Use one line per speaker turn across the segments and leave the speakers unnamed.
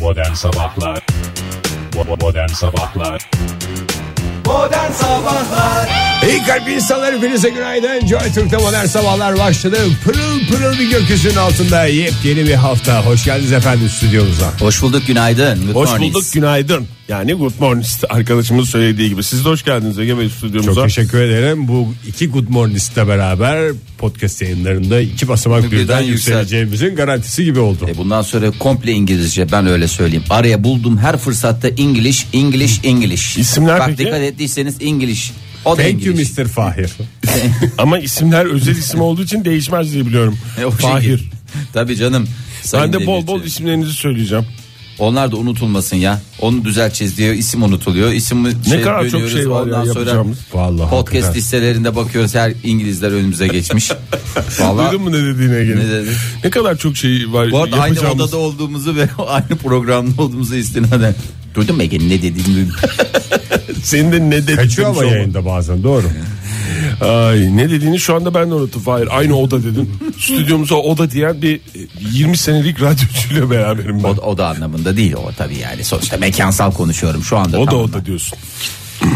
Modern Sabahlar Bo- Modern Sabahlar
Modern Sabahlar
İyi kalp insanlar hepinize günaydın Joy Türk'te modern sabahlar başladı Pırıl pırıl bir gökyüzünün altında Yepyeni bir hafta hoş geldiniz efendim stüdyomuza
Hoş bulduk günaydın Good
Hoş
mornings.
bulduk günaydın. Yani good morning arkadaşımız söylediği gibi. Siz de hoş geldiniz Ege Bey
Çok
stüdyomuza.
teşekkür ederim Bu iki Good Morning'le beraber Podcast yayınlarında iki basamak birden,
Birden yüksel.
yükseleceğimizin garantisi gibi oldu
E bundan sonra komple İngilizce ben öyle söyleyeyim. Araya buldum her fırsatta İngiliz, İngiliz, İngiliz.
İsimler
Bak
peki?
dikkat ettiyseniz İngiliz. O da
Thank you
E, İngiliz.
Mr. Fahir
Ama isimler özel isim olduğu için değişmez diye biliyorum.
E, o şey gibi.
Fahir.
Tabii canım. Sayın
Ben de bol bol
Demirci.
isimlerinizi söyleyeceğim.
Onlar da unutulmasın ya. Onu düzelteceğiz diye isim unutuluyor. İsim ne
kadar çok şey var ya
Ondan sonra
yapacağımız.
Vallahi
podcast
hakikaten.
listelerinde bakıyoruz her İngilizler önümüze geçmiş. Vallahi
Duydun mu ne dediğine Ege?
Ne dedi?
Ne kadar çok şey var
Bu arada aynı
yapacağımız.
odada olduğumuzu ve aynı programda olduğumuzu istinaden. Duydun mu Ege'nin ne dediğini?
Senin de ne dediğini
Kaçıyor ama
sorma.
yayında bazen doğru
Ay, ne dediğini şu anda ben de unuttum Fahir. Aynı oda dedin. Stüdyomuza oda diyen bir e, 20 senelik radyocuyla beraberim
O,
ben.
o da anlamında değil o tabii yani. Sonuçta mekansal konuşuyorum şu anda.
O da
tam-
oda diyorsun.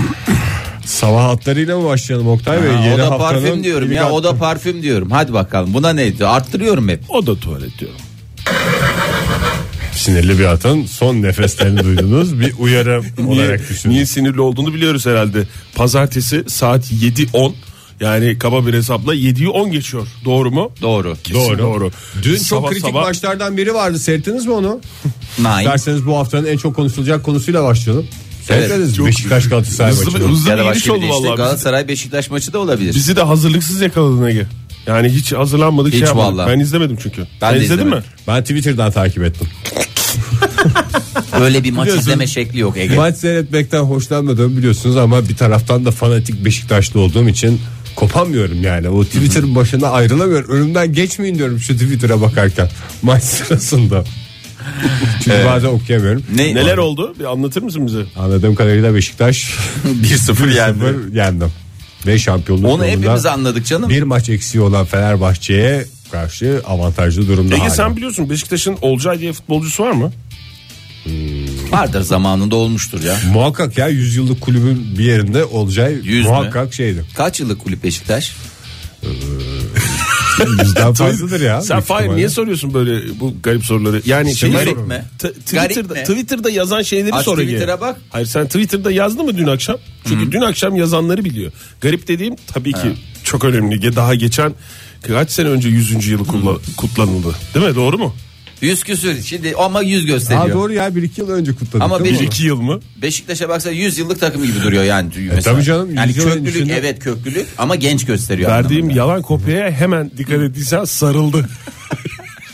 Sabah hatlarıyla mı başlayalım Oktay Bey
Ha,
Yeni
o da
haftanın
parfüm diyorum
ilk
ya o
hafta-
da parfüm diyorum. Hadi bakalım buna ne diyor? Arttırıyorum hep.
O da tuvalet diyorum.
Sinirli bir atın son nefeslerini duydunuz Bir uyarı
Niye,
olarak düşünün
niye sinirli olduğunu biliyoruz herhalde. Pazartesi saat 7.10 yani kaba bir hesapla 7'yi 10 geçiyor. Doğru mu?
Doğru.
Kesin doğru.
Dün çok
Sabah
kritik
sabah-
maçlardan biri vardı. Seyrettiniz mi onu?
Nine.
Derseniz bu haftanın en çok konuşulacak konusuyla başlayalım. Seyrettiniz mi?
Çok-
Beşiktaş Galatasaray
Hızlı, bir-
maçını.
hızlı
Ya da
bir
başka
giriş
bir
oldu
de işte
vallahi. Bizi-
Galatasaray Beşiktaş maçı da olabilir.
Bizi de hazırlıksız yakaladın Ege. Yani hiç hazırlanmadık
Hiç
şey yapmadık.
vallahi.
Ben izlemedim çünkü.
Ben
Sen
de
izledin mi?
izlemedim.
Ben Twitter'dan takip ettim.
Öyle bir maç
Biliyorsun.
izleme şekli yok Ege.
Maç seyretmekten hoşlanmadığımı biliyorsunuz ama bir taraftan da fanatik Beşiktaşlı olduğum için kopamıyorum yani. O Twitter'ın başına ayrılamıyorum. Önümden geçmeyin diyorum şu Twitter'a bakarken. Maç sırasında. Çünkü bazen okuyamıyorum.
Ne?
Neler oldu? Bir anlatır mısın bize?
Anladığım kadarıyla Beşiktaş
1-0 yendi.
1-0 yendim. Ve şampiyonluk
Onu
yolunda-
hepimiz anladık canım.
bir maç eksiği olan Fenerbahçe'ye karşı avantajlı durumda.
Ege
hala.
sen biliyorsun Beşiktaş'ın Olcay diye futbolcusu var mı?
Vardır zamanında olmuştur ya.
Muhakkak ya 100 yıllık kulübün bir yerinde olacağı
Yüz mü?
muhakkak şeydi.
Kaç yıllık kulüp Beşiktaş?
Yüzden fazladır ya.
Sen
büyük
Fahir
ihtimalle.
niye soruyorsun böyle bu garip soruları? Yani şeyi
Şey Garip
sor-
mi?
T-
Garip
Twitter'da,
mi?
Twitter'da yazan şeyleri
Aç
sor Ege.
Twitter'a bak.
Hayır sen Twitter'da yazdın mı dün akşam? Çünkü dün akşam yazanları biliyor. Garip dediğim tabii ki çok önemli. Ge- Daha geçen kaç sene önce 100. yılı kulla- kutlanıldı. Değil mi? Doğru mu?
Yüz küsür şimdi ama yüz
Aa,
gösteriyor.
doğru ya bir iki yıl önce kutladık.
Ama
değil
bir-
mi?
1-2 yıl mı?
Beşiktaş'a baksa 100 yıllık takım gibi duruyor yani. mesela.
tabii canım,
Yani
yüz yılın
köklülük
içinde-
evet köklülük ama genç gösteriyor.
Verdiğim
anlamında.
yalan kopyaya hemen dikkat ettiysen sarıldı.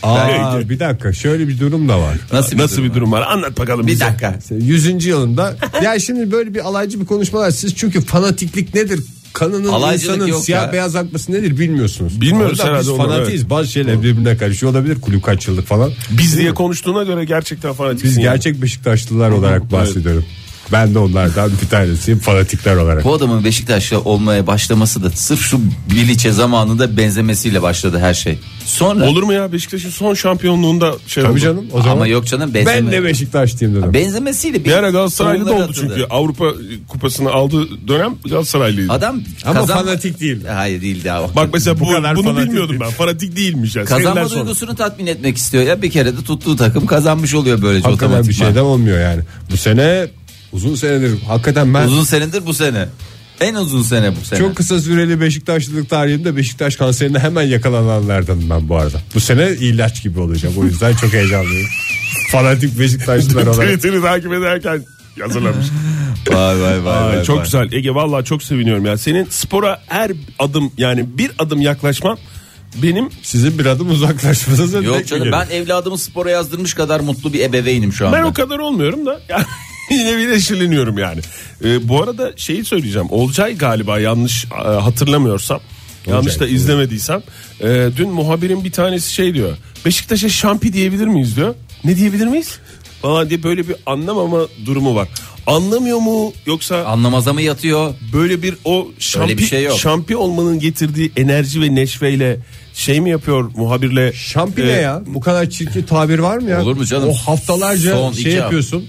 Aa, bir dakika şöyle bir durum da var.
Nasıl bir durum?
bir durum var? Anlat bakalım
Bir
bize.
dakika.
100. yılında ya şimdi böyle bir alaycı bir konuşmalar siz çünkü fanatiklik nedir? Kanının
Alaycılık
insanın
yok
siyah
ya.
beyaz akması nedir bilmiyorsunuz.
Bilmiyoruz
Orada
herhalde
Biz
onu,
fanatiyiz bazı şeyler birbirine karışıyor olabilir kulüp kaç yıllık falan.
Biz diye konuştuğuna göre gerçekten fanatiksin.
Biz
yani.
gerçek Beşiktaşlılar olarak bahsediyorum. Ben de onlardan bir tanesiyim fanatikler olarak.
Bu adamın Beşiktaş'la olmaya başlaması da sırf şu Biliç'e zamanında benzemesiyle başladı her şey. Sonra
Olur mu ya Beşiktaş'ın son şampiyonluğunda şey
Tabii
oldu.
canım o zaman
ama yok canım benzeme.
ben de Beşiktaşlıyım dedim.
Benzemesiyle
Bir ara Galatasaraylı da
sorunlar
oldu
atıldı.
çünkü Avrupa kupasını aldığı dönem Galatasaraylıydı.
Adam
Ama
kazanma-
fanatik değil.
Hayır değil daha.
Bak mesela bu,
Bu kadar
bunu
fanatik
bilmiyordum
değil.
ben. Fanatik değilmiş yani. Seneler
Kazanma
sonra.
duygusunu tatmin etmek istiyor ya bir kere de tuttuğu takım kazanmış oluyor böylece
Hakikaten bir
otomatikman.
şey
şeyden olmuyor yani. Bu sene uzun senedir hakikaten ben
Uzun senedir bu sene. En uzun sene bu sene.
çok kısa süreli Beşiktaşlılık tarihimde Beşiktaş kanserine hemen yakalananlardanım ben bu arada. Bu sene ilaç gibi olacağım o yüzden çok heyecanlıyım. Fanatik Beşiktaşlılar olarak.
Twitter'ı takip ederken hazırlamış.
Vay vay vay.
Ay,
vay,
çok
vay.
güzel Ege vallahi çok seviniyorum ya. Senin spora her adım yani bir adım yaklaşmam benim
Sizin bir adım uzaklaşmanız
Yok canım ben evladımı spora yazdırmış kadar mutlu bir ebeveynim şu anda.
ben o kadar olmuyorum da yani yine bir eşileniyorum yani. Ee, bu arada şeyi söyleyeceğim. Olcay galiba yanlış e, hatırlamıyorsam. yanlış da
evet.
izlemediysem. e, dün muhabirin bir tanesi şey diyor. Beşiktaş'a şampi diyebilir miyiz diyor. Ne diyebilir miyiz? Falan diye böyle bir anlamama durumu var. Anlamıyor mu yoksa
Anlamaza mı yatıyor?
böyle bir o şampi,
Öyle bir şey yok.
şampi olmanın getirdiği enerji ve neşveyle şey mi yapıyor muhabirle?
Şampi ne
Ee,
ya? Bu kadar çirkin tabir var mı ya?
Olur mu canım?
O haftalarca
Son iki
şey
hafta.
yapıyorsun.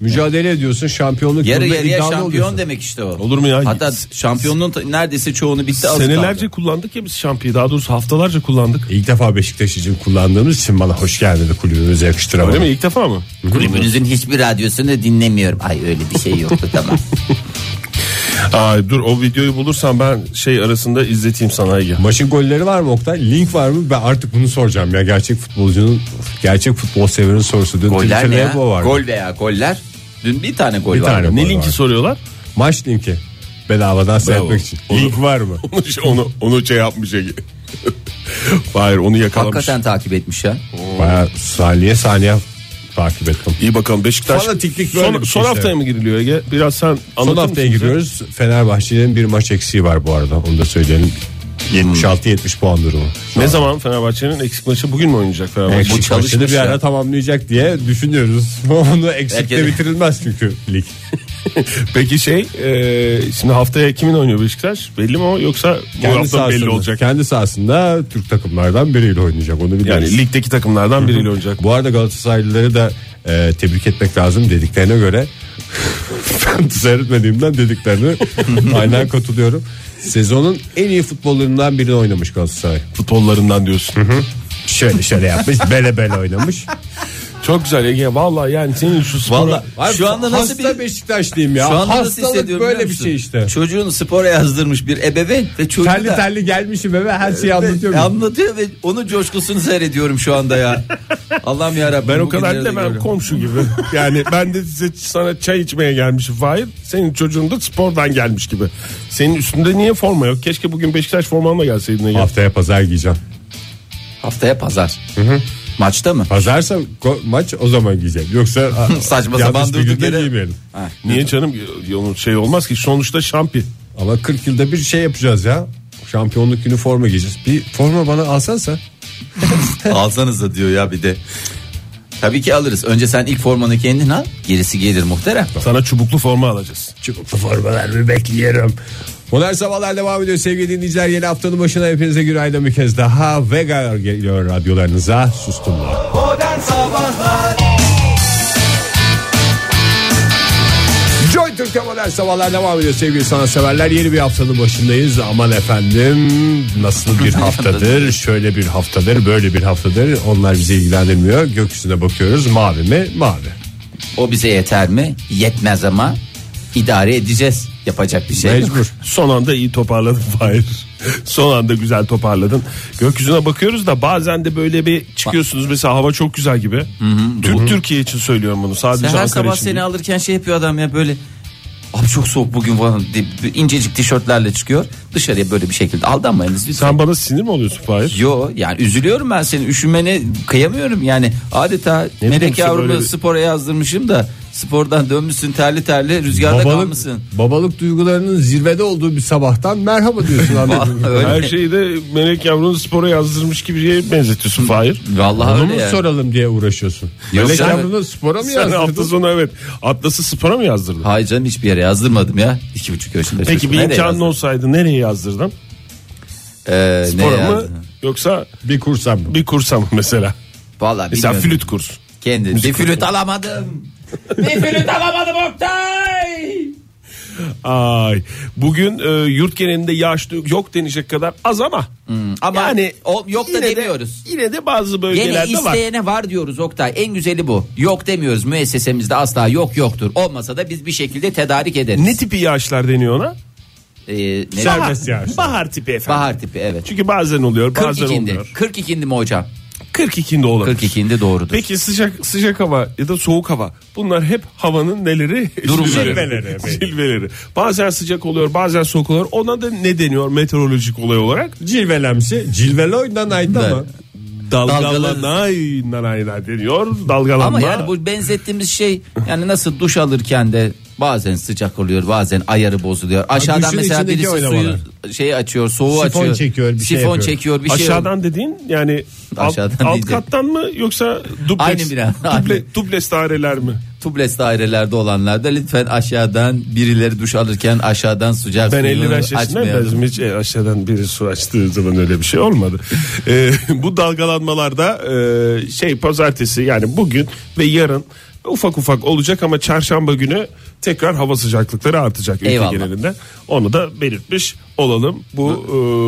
Mücadele ediyorsun. Şampiyonluk
Yarı
yolunda
yarıya
iddialı
şampiyon
oluyorsun.
demek işte o.
Olur mu ya?
Hatta şampiyonluğun ta- neredeyse çoğunu bitti az
Senelerce
kaldı.
kullandık ya biz şampiyi daha doğrusu haftalarca kullandık.
İlk defa Beşiktaş için kullandığımız için bana hoş geldin de kulübümüze yakıştıramadım.
Öyle mi ilk defa mı?
Kulübünüzün hiçbir radyosunu dinlemiyorum. Ay öyle bir şey yoktu tamam.
Ay dur o videoyu bulursam ben şey arasında izleteyim sana Ege.
Maçın golleri var mı Oktay? Link var mı? Ben artık bunu soracağım ya. Gerçek futbolcunun, gerçek futbol severin sorusu. Dün
Goller ne
Twitter'da
ya?
hep o var.
Gol veya goller. Dün bir tane gol
Bir
var.
tane.
Ne
Var,
linki
var.
soruyorlar?
Maç linki. Bedavadan seyretmek için.
Olur.
Link var mı?
onu onu şey yapmış Ege. Hayır onu yakalamış.
Hakikaten takip etmiş ya.
Baya saniye saniye takip ettim.
İyi bakalım Beşiktaş.
Fanatiklik böyle
son,
bir şey
son
işte.
haftaya mı giriliyor Ege? Biraz sen anlatır
Son
mısın
haftaya
bize?
giriyoruz. Fenerbahçe'nin bir maç eksiği var bu arada. Onu da söyleyelim.
Hmm.
Hmm.
76-70 puan durumu.
Ne zaman Fenerbahçe'nin eksik maçı bugün mü oynayacak Fenerbahçe?
Eksik
çalışmış
maçını bir
ya.
ara tamamlayacak diye düşünüyoruz. Onu eksikte
Belki de.
bitirilmez çünkü lig.
Peki şey e, şimdi haftaya kimin oynuyor Beşiktaş? Belli mi o yoksa bu hafta belli
sahasında-
olacak?
Kendi sahasında Türk takımlardan biriyle oynayacak. Onu biliyoruz.
Yani ligdeki takımlardan biriyle oynayacak.
Bu arada Galatasaraylıları da e, tebrik etmek lazım dediklerine göre ben seyretmediğimden dediklerini aynen katılıyorum. Sezonun en iyi futbollarından birini oynamış Galatasaray.
Futbollarından diyorsun.
Şöyle şöyle yapmış, bele bele oynamış.
Çok güzel Ege valla yani senin şu spora...
Valla şu anda nasıl
Hasta
bir
Beşiktaşlıyım ya.
şu anda nasıl
Hastalık
hissediyorum
böyle
biliyor
bir
musun?
şey işte.
Çocuğunu spora yazdırmış bir ebeveyn ve çocuğu
Terli
da
terli gelmişim eve her şeyi
Ve
anlatıyorum.
anlatıyor ve onun coşkusunu seyrediyorum şu anda ya. Allah'ım ya
Ben o kadar demem komşu gibi. Yani ben de size sana çay içmeye gelmişim Fahir. Senin çocuğun da spordan gelmiş gibi. Senin üstünde niye forma yok? Keşke bugün Beşiktaş formanla gelseydin Ege.
Haftaya pazar giyeceğim.
Haftaya pazar. Maçta mı?
Pazarsa go- maç o zaman giyeceğim. Yoksa
Saçma
yanlış
sapan
bir
durduk
günde
yere.
giymeyelim.
Niye canım onun şey olmaz ki sonuçta şampi.
Ama 40 yılda bir şey yapacağız ya. Şampiyonluk günü forma giyeceğiz. Bir forma bana alsan sen.
Alsanız da diyor ya bir de. Tabii ki alırız. Önce sen ilk formanı kendin al. Gerisi gelir muhterem.
Sana çubuklu forma alacağız.
Çubuklu formalarını bekliyorum. Modern Sabahlar devam ediyor sevgili dinleyiciler. Yeni haftanın başına hepinize günaydın bir kez daha. Vega geliyor radyolarınıza. Sustum da. Joy Türk'te Modern Sabahlar devam ediyor sevgili sanatseverler. Yeni bir haftanın başındayız. Aman efendim nasıl bir haftadır, şöyle bir haftadır, böyle bir haftadır. Onlar bizi ilgilendirmiyor. Gökyüzüne bakıyoruz. Mavi mi? Mavi.
O bize yeter mi? Yetmez ama idare edeceğiz. Yapacak bir şey yok.
Mecbur.
Son anda iyi toparladın Fahir. Son anda güzel toparladın. Gökyüzüne bakıyoruz da bazen de böyle bir çıkıyorsunuz mesela hava çok güzel gibi. Tüm Türkiye için söylüyorum bunu. Sadece
Sen her
Ankara
sabah
için
seni
değil.
alırken şey yapıyor adam ya böyle Abi çok soğuk bugün falan deyip incecik tişörtlerle çıkıyor. Dışarıya böyle bir şekilde aldanmayınız lütfen.
Sen bana sinir mi oluyorsun Fahir?
Yo yani üzülüyorum ben senin üşümene kıyamıyorum yani adeta
bileyim
melek
işte
yavrumu
böyle bir-
spora yazdırmışım da spordan dönmüşsün terli terli rüzgarda
Babalık,
kalmışsın.
babalık duygularının zirvede olduğu bir sabahtan merhaba diyorsun anladın mı?
Öyle.
Her şeyi de melek yavrunu spora yazdırmış gibi şeye benzetiyorsun Fahir.
Vallahi
Onu
öyle
mu
yani.
soralım diye uğraşıyorsun?
Yok
Melek
canım.
yavrunu spora mı
Sen hafta
yazdırdın?
sonu evet. Atlas'ı spora mı yazdırdın?
Hayır canım hiçbir yere yazdırmadım ya. İki buçuk yaşında.
Peki
çocuk.
bir
Nereye
imkanın
yazdın?
olsaydı nereye yazdırdın?
Ee, ne
Spora mı
yazdın?
yoksa
Bir kursa mı?
bir kursa mı mesela?
Vallahi
Mesela
bilmiyorum.
flüt kurs.
Kendi. Bir flüt alamadım. bir flüt alamadım Oktay.
Ay bugün e, yurt genelinde yağış yok denecek kadar az ama
Hmm, ama o- yok da
yine de-
demiyoruz.
yine de bazı
Gene
bölgelerde var.
isteyene var. diyoruz Oktay. En güzeli bu. Yok demiyoruz. Müessesemizde asla yok yoktur. Olmasa da biz bir şekilde tedarik ederiz.
Ne tipi yağışlar deniyor ona?
Ee, ne-
Serbest yağış.
Bahar tipi efendim.
Bahar tipi evet.
Çünkü bazen oluyor, bazen
42'indi.
olmuyor.
42'indi mi hocam?
42'inde olur.
42'inde doğrudur.
Peki sıcak sıcak hava ya da soğuk hava. Bunlar hep havanın neleri?
Durumları.
Zilveleri. Zilveleri. Bazen sıcak oluyor, bazen soğuk oluyor. Ona da ne deniyor meteorolojik olay olarak?
Cilvelemsi. Cilveli oyundan ayda mı?
Dalgalanay nanayna deniyor. Dalgalanma.
Ama yani bu benzettiğimiz şey yani nasıl duş alırken de bazen sıcak oluyor bazen ayarı bozuluyor. Aşağıdan
duşun
mesela
içindeki
birisi
oynamalar.
suyu şey açıyor soğuğu
Sifon
açıyor.
çekiyor, bir şey
Sifon
yapıyor.
çekiyor bir şey.
Aşağıdan dediğin yani alt-
Aşağıdan
alt,
diyeceğim.
kattan mı yoksa dubles,
Aynı bina,
duble,
aynı.
dubles daireler mi?
Tubles dairelerde olanlar da lütfen aşağıdan birileri duş alırken aşağıdan sıcak
Ben
suyu
55 yaşındayım.
açmayalım.
Bizim hiç e, aşağıdan biri su açtığı zaman öyle bir şey olmadı. E, bu dalgalanmalarda e, şey pazartesi yani bugün ve yarın ufak ufak olacak ama çarşamba günü tekrar hava sıcaklıkları artacak ülke
Eyvallah.
genelinde. Onu da belirtmiş olalım. Bu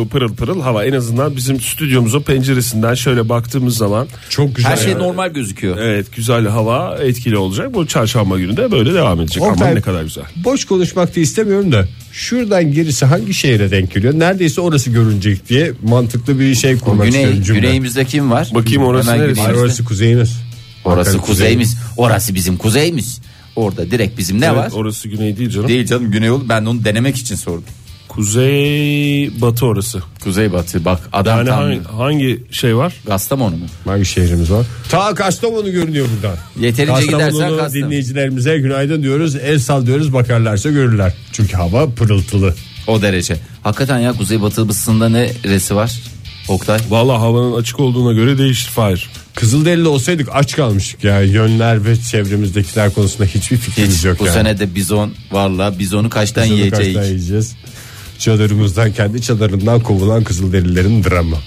e, pırıl pırıl hava en azından bizim stüdyomuzun penceresinden şöyle baktığımız zaman
Çok güzel.
Her şey
yani.
normal gözüküyor.
evet güzel hava etkili olacak. Bu çarşamba günü de böyle devam edecek.
Oktay,
Aman ne kadar güzel.
Boş konuşmak da istemiyorum da şuradan gerisi hangi şehre denk geliyor? Neredeyse orası görünecek diye mantıklı bir şey kurmak
Güney,
istiyorum cümle.
güneymizde kim var?
Bakayım orası
Hemen
neresi?
Hayır,
güneyimizde.
orası kuzeyiniz.
Orası
Hakikaten
kuzeyimiz. Orası bizim kuzeyimiz. Orada direkt bizim ne
Evet,
var?
Orası güney değil canım.
Değil canım güney oldu. Ben de onu denemek için sordum.
Kuzey batı orası.
Kuzey batı bak adam
Yani
tam
hangi, hangi şey var?
Kastamonu mu?
Hangi şehrimiz var? Ta Kastamonu görünüyor buradan.
Yeterince gidersen Kastamonu.
dinleyicilerimize günaydın diyoruz. El sal diyoruz bakarlarsa görürler. Çünkü hava pırıltılı.
O derece. Hakikaten ya kuzey batısında ne resi var? Oktay.
Valla havanın açık olduğuna göre değişir Fahir.
Kızılderili olsaydık aç kalmıştık ya. Yönler ve çevremizdekiler konusunda hiçbir fikrimiz
Hiç
yok
bu
yani.
sene de bizon valla bizonu kaçtan
Kızılı
yiyeceğiz?
kaştan yiyeceğiz. Çadırımızdan kendi çadırından kovulan Kızılderililerin dramı.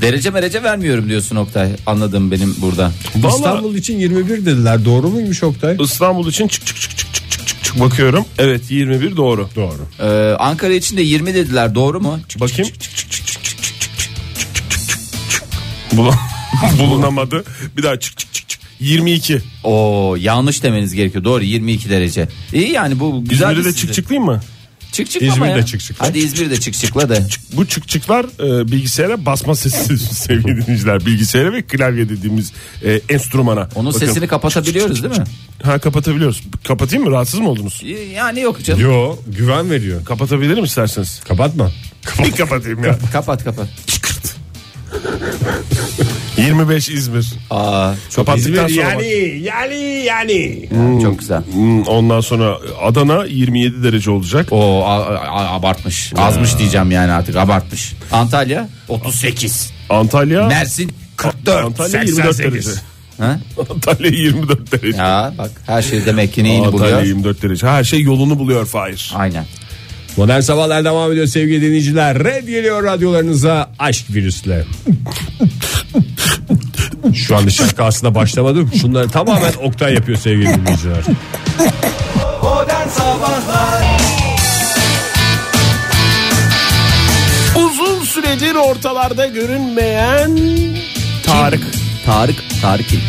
Derece merece vermiyorum diyorsun Oktay. Anladım benim buradan.
Vallahi-
İstanbul için 21 dediler. Doğru muymuş Oktay?
İstanbul için çık çık çık çık çık çık çık çık bakıyorum. Evet 21 doğru.
Doğru.
Ee, Ankara için de 20 dediler doğru mu?
Bakayım. Bul- Bulunamadı. Bir daha çık çık çık çık. 22.
O yanlış demeniz gerekiyor. Doğru 22 derece. İyi yani bu güzel.
İzmir'de
bir
de
sizin.
çık çıklayayım mı?
Çık çık ama
İzmir'de
ya.
çık çık.
Hadi İzmir'de çık çıkla da.
Çık- Bu çık çıklar e, bilgisayara basma sesi sevgili dinleyiciler. Bilgisayara ve klavye dediğimiz e, enstrümana.
Onun
Bakın.
sesini kapatabiliyoruz değil mi?
Ha kapatabiliyoruz. Kapatayım mı? Rahatsız mı oldunuz?
Yani yok canım.
Yo güven veriyor.
Kapatabilirim isterseniz.
Kapatma.
Bir kapatayım ya.
Kapat kapat.
25 İzmir.
Aa, çok
Kapattıktan sonra bak.
yani yani.
çok güzel.
Hmm, Ondan sonra Adana 27 derece olacak.
O a- a- abartmış. Azmış diyeceğim yani artık abartmış. Antalya 38.
Antalya
Mersin 44.
Antalya 24 derece.
Ha?
Antalya 24 derece.
Ya bak her şey demek ki neyini
Antalya
buluyor.
24 derece. Her şey yolunu buluyor Fahir.
Aynen.
Modern sabahlar devam ediyor sevgili dinleyiciler. Red geliyor radyolarınıza aşk virüsle. Şu anda şarkı aslında başlamadım. Şunları tamamen Oktay yapıyor sevgili dinleyiciler.
Uzun süredir ortalarda görünmeyen Tarık.
Tarık Tarık kim?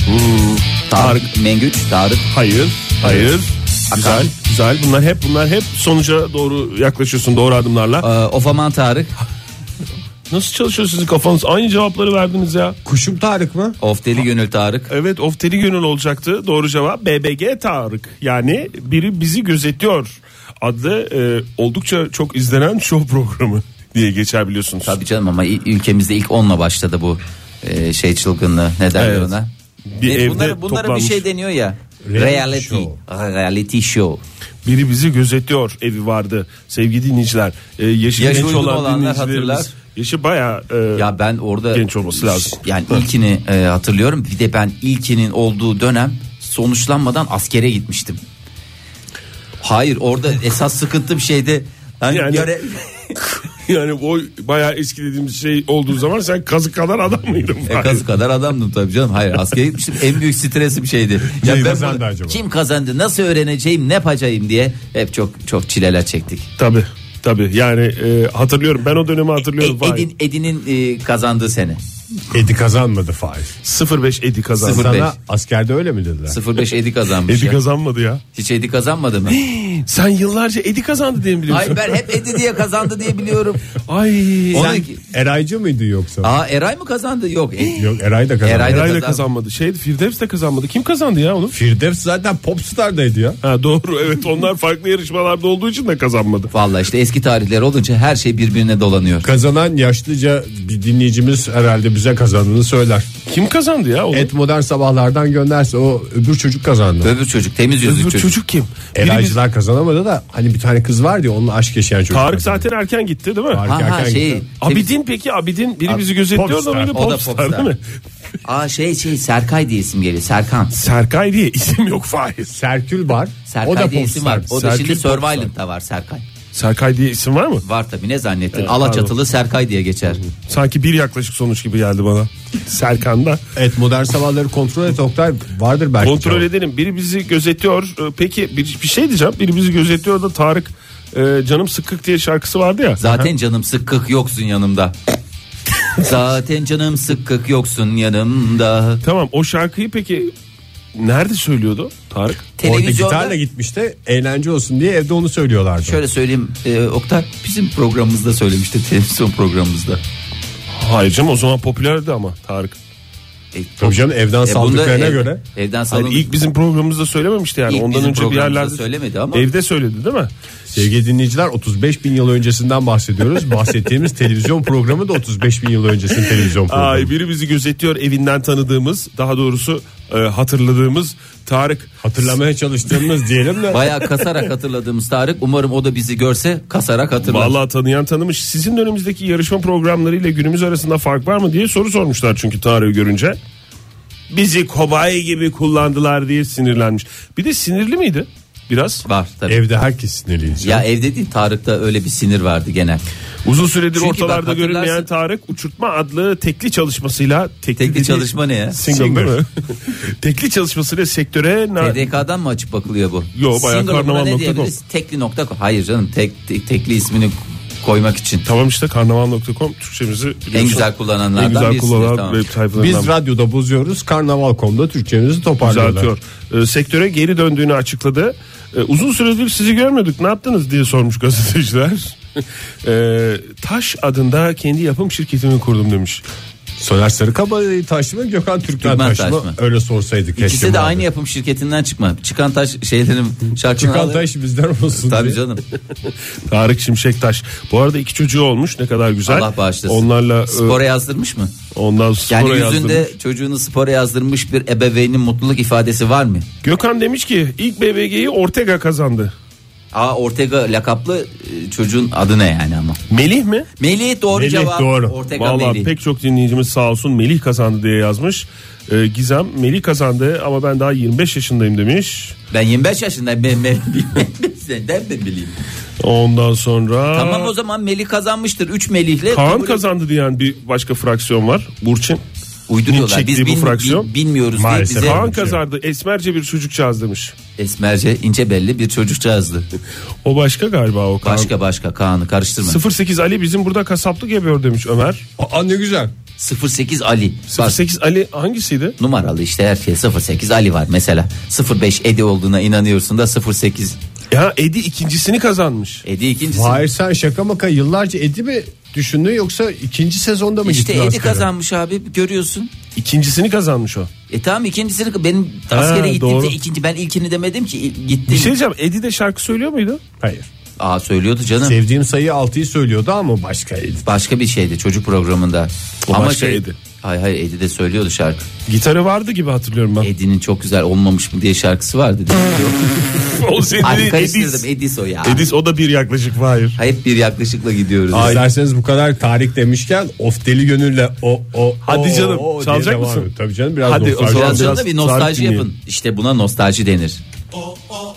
Tarık Mengüç Tarık
Hayır, hayır.
Akan.
Güzel, güzel. Bunlar hep bunlar hep sonuca doğru yaklaşıyorsun doğru adımlarla.
Ee, Ofaman Tarık
Nasıl çalışıyor sizin kafanız? Aynı cevapları verdiniz ya.
Kuşum Tarık mı?
Of Deli Gönül Tarık
Evet ofteri gönül olacaktı. Doğru cevap BBG Tarık. Yani biri bizi gözetiyor adlı e, oldukça çok izlenen show programı diye geçer biliyorsunuz.
Tabii canım ama il- ülkemizde ilk onla başladı bu e, şey çılgınlığı. Ne derler
Evet.
ona?
Bir
Ne-
evde
bunlara, bunlara bir
toplanmış.
şey deniyor ya.
Reality
Reality.
show.
Reality show.
Biri bizi gözetiyor evi vardı sevgili dinleyiciler. E, yaşı
Yaşı
genç
uygun
olan
olanlar
dinleyicilerimiz.
hatırlar.
Yaşı e, baya
Ya ben orada
Genç olması lazım.
Yani ilkini e, hatırlıyorum. Bir de ben ilkinin olduğu dönem sonuçlanmadan askere gitmiştim. Hayır orada esas sıkıntı bir şeydi. Hani
Yani-
göre-
yani o baya eski dediğimiz şey olduğu zaman sen kazık kadar adam mıydın?
E, kazı kadar adamdım tabii canım. Hayır askere gitmiştim. En büyük stresim şeydi. Ya
Kim
ben
kazandı
bunu-
acaba?
Kim kazandı? Nasıl öğreneceğim? Ne yapacağım diye hep çok çok çileler çektik.
Tabii tabii yani e, hatırlıyorum ben o dönemi hatırlıyorum.
E- Edin, Edin'in e, kazandığı sene.
Edi kazanmadı Faiz.
05 Edi kazandı.
Sıfır-
Sana askerde öyle mi dediler?
05 Edi kazanmış.
Edi
ya.
kazanmadı ya.
Hiç Edi kazanmadı mı?
Sen yıllarca Edi kazandı diye mi biliyorsun?
Hayır ben hep Edi diye kazandı diye biliyorum.
Ay.
Ona-
Sen Eraycı mıydı yoksa?
Aa Eray mı kazandı? Yok. E-
Yok Eray da kazandı.
Eray da-
Eray da
kazandı.
kazanmadı. Şey Firdevs de kazanmadı. Kim kazandı ya onu?
Firdevs zaten popstardaydı ya.
Ha doğru evet onlar farklı yarışmalarda olduğu için de kazanmadı.
Vallahi işte eski tarihler olunca her şey birbirine dolanıyor.
Kazanan yaşlıca bir dinleyicimiz herhalde bize kazandığını söyler.
Kim kazandı ya onu?
Et modern sabahlardan gönderse o öbür çocuk kazandı.
Öbür çocuk temiz yüzlü
Öbür
çocuk.
çocuk, kim? Biri biz-
Eraycılar kazanamadı da hani bir tane kız vardı ya onunla aşk yaşayan çocuk.
Tarık
kazandı.
zaten erken gitti değil mi?
Tarık
Ha ha
erken
şey.
gitti.
temiz-
Abidin peki Abidin biri bizi gözetliyor da
popstar.
mıydı?
O da
Popstar
popstar.
değil mi?
Aa şey şey Serkay diye isim geliyor. Serkan.
Serkay diye isim yok Fahir.
Serkül var.
Serkay
o da
diye
popstar.
isim var. O da
Serkül
şimdi Survivalent'ta var Serkay.
Serkay diye isim var mı?
Var tabi ne zannettin? Alaçatılı Serkay diye geçer.
Sanki bir yaklaşık sonuç gibi geldi bana. Serkan'da.
Evet modern sabahları kontrol et Oktay. Vardır belki.
Kontrol
cevap.
edelim. Biri bizi gözetiyor. Ee, Peki bir, bir şey diyeceğim. Biri bizi gözetiyor da Tarık e, Canım Sıkkık diye şarkısı vardı ya.
Zaten canım sıkkık yoksun yanımda. Zaten canım sıkkık yoksun yanımda.
Tamam o şarkıyı peki nerede söylüyordu Tarık?
Orada
Televizyonda
gitarla gitmişti. Eğlence olsun diye evde onu söylüyorlardı.
şöyle söyleyeyim e, Oktay bizim programımızda söylemişti televizyon programımızda.
Hayır canım o zaman popülerdi ama Tarık.
E,
Tabii canım evden
e, bunda
saldıklarına
ev-
göre.
evden
Hayır,
saldık.
ilk bizim programımızda söylememişti yani.
İlk
Ondan
bizim
önce bir
programımızda
yerlerde
söylemedi ama-
Evde söyledi değil mi?
Sevgili dinleyiciler 35 bin yıl öncesinden bahsediyoruz. Bahsettiğimiz televizyon programı da 35 bin yıl öncesinin televizyon programı.
Ay biri bizi gözetiyor evinden tanıdığımız daha doğrusu e, hatırladığımız Tarık
Hatırlamaya çalıştığımız diyelim de.
Bayağı kasarak hatırladığımız Tarık umarım o da bizi görse kasarak hatırlar.
Vallahi tanıyan tanımış. Sizin dönemizdeki yarışma programları ile günümüz arasında fark var mı diye soru sormuşlar çünkü Tarık'ı görünce. Bizi kobay gibi kullandılar diye sinirlenmiş. Bir de sinirli miydi? Biraz.
Var tabii.
Evde herkes sinirliydi.
Ya evde değil Tarık'ta öyle bir sinir vardı genel.
Uzun süredir
Çünkü
ortalarda
bak hatırlarsın-
görünmeyen Tarık uçurtma adlı tekli çalışmasıyla tekli,
Tekli
dediği-
çalışma ne ya?
Single,
Single.
değil mi? tekli çalışmasıyla sektöre na-
TDK'dan mı açıp bakılıyor bu?
Yo, bayağı
Single buna
karnaval
ne
nokta
diyebiliriz? Tekli.com. Hayır canım tek, tek- tekli ismini koymak için.
Tamam işte karnaval.com Türkçemizi biliyorsun.
En güzel kullananlardan
en güzel
birisidir,
kullanan
tamam.
web sayfalarından
Biz radyoda bozuyoruz. Karnaval.com'da Türkçemizi toparlıyorlar.
düzeltiyor. E, sektöre geri döndüğünü açıkladı. E, uzun süredir sizi görmedik ne yaptınız diye sormuş gazeteciler. E, taş adında kendi yapım şirketimi kurdum demiş.
Soner Sarıkabadayı taşı mı Gökhan Türkmen
Türkmen
taşı
taşı
mı?
mı?
Öyle sorsaydık. keşke
İkisi de
madem.
aynı yapım şirketinden çıkma. Çıkan taş şeylerin şarkını
Çıkan
alır.
taş bizden olsun.
Tabii
diye.
canım.
Tarık Şimşektaş. Bu arada iki çocuğu olmuş ne kadar güzel.
Allah bağışlasın.
Onlarla e,
Spora yazdırmış mı?
ondan spora
Yani yüzünde
yazdırmış.
çocuğunu spora yazdırmış bir ebeveynin mutluluk ifadesi var mı?
Gökhan demiş ki ilk BBG'yi Ortega kazandı.
Aa Ortega lakaplı e, çocuğun adı ne yani ama?
Melih mi?
Melih doğru
Melih
cevap.
doğru.
Ortega
Vallahi
Melih.
pek çok dinleyicimiz sağ olsun Melih kazandı diye yazmış. E, Gizem Melih kazandı ama ben daha 25 yaşındayım demiş.
Ben 25 yaşındayım. Ben, ben, senden mi bileyim?
Ondan sonra
Tamam o zaman Melih kazanmıştır. 3 Melih'le.
Kaan
kabul-
kazandı diyen bir başka fraksiyon var. Burçin.
Uyduruyorlar.
Çektiği
Biz
bu
bin-
fraksiyon.
bin- bilmiyoruz
Maalesef.
diye bize
Kaan kazandı. Esmerce bir çocukcağız demiş.
esmerce ince belli bir çocukcağızdı.
O başka galiba o Kaan.
Başka başka Kaan'ı karıştırma.
08 Ali bizim burada kasaplık yapıyor demiş Ömer.
Aa ne güzel.
08 Ali. Bak,
08 Ali hangisiydi?
numaralı işte her şey 08 Ali var mesela. 05 Edi olduğuna inanıyorsun da 08
Ya Edi ikincisini kazanmış.
Edi ikincisi.
Hayır sen şaka maka yıllarca Edi mi düşündün yoksa ikinci sezonda mı
işte
gittin
Edi
askere?
kazanmış abi görüyorsun.
İkincisini kazanmış o.
E tamam ikincisini benim
Ha,
askere
doğru.
gittiğimde ikinci ben ilkini demedim ki il-
Bir
gittiğim.
şey diyeceğim Edi de şarkı söylüyor muydu?
Hayır.
Aa söylüyordu canım.
Şey-
Sevdiğim sayı 6'yı söylüyordu ama başka Edi.
Başka bir şeydi çocuk programında.
O başka Edi.
Hayır hayır Edi de söylüyordu şarkı.
Gitarı vardı gibi hatırlıyorum ben.
Edi'nin çok güzel olmamış mı diye şarkısı vardı.
o senin
Ay
Edis.
karıştırdım Edis o ya.
Edis o da bir yaklaşık hayır.
Hep bir yaklaşıkla gidiyoruz.
İsterseniz bu kadar tarih demişken of deli gönülle o o
Hadi
o,
canım,
o diye
çalacak
devam
mısın?
ediyor. Tabii canım biraz
Hadi,
Hadi,
o zaman
Biraz sonra da bir
Tarık
nostalji
dinleyelim.
yapın. İşte buna nostalji denir.
O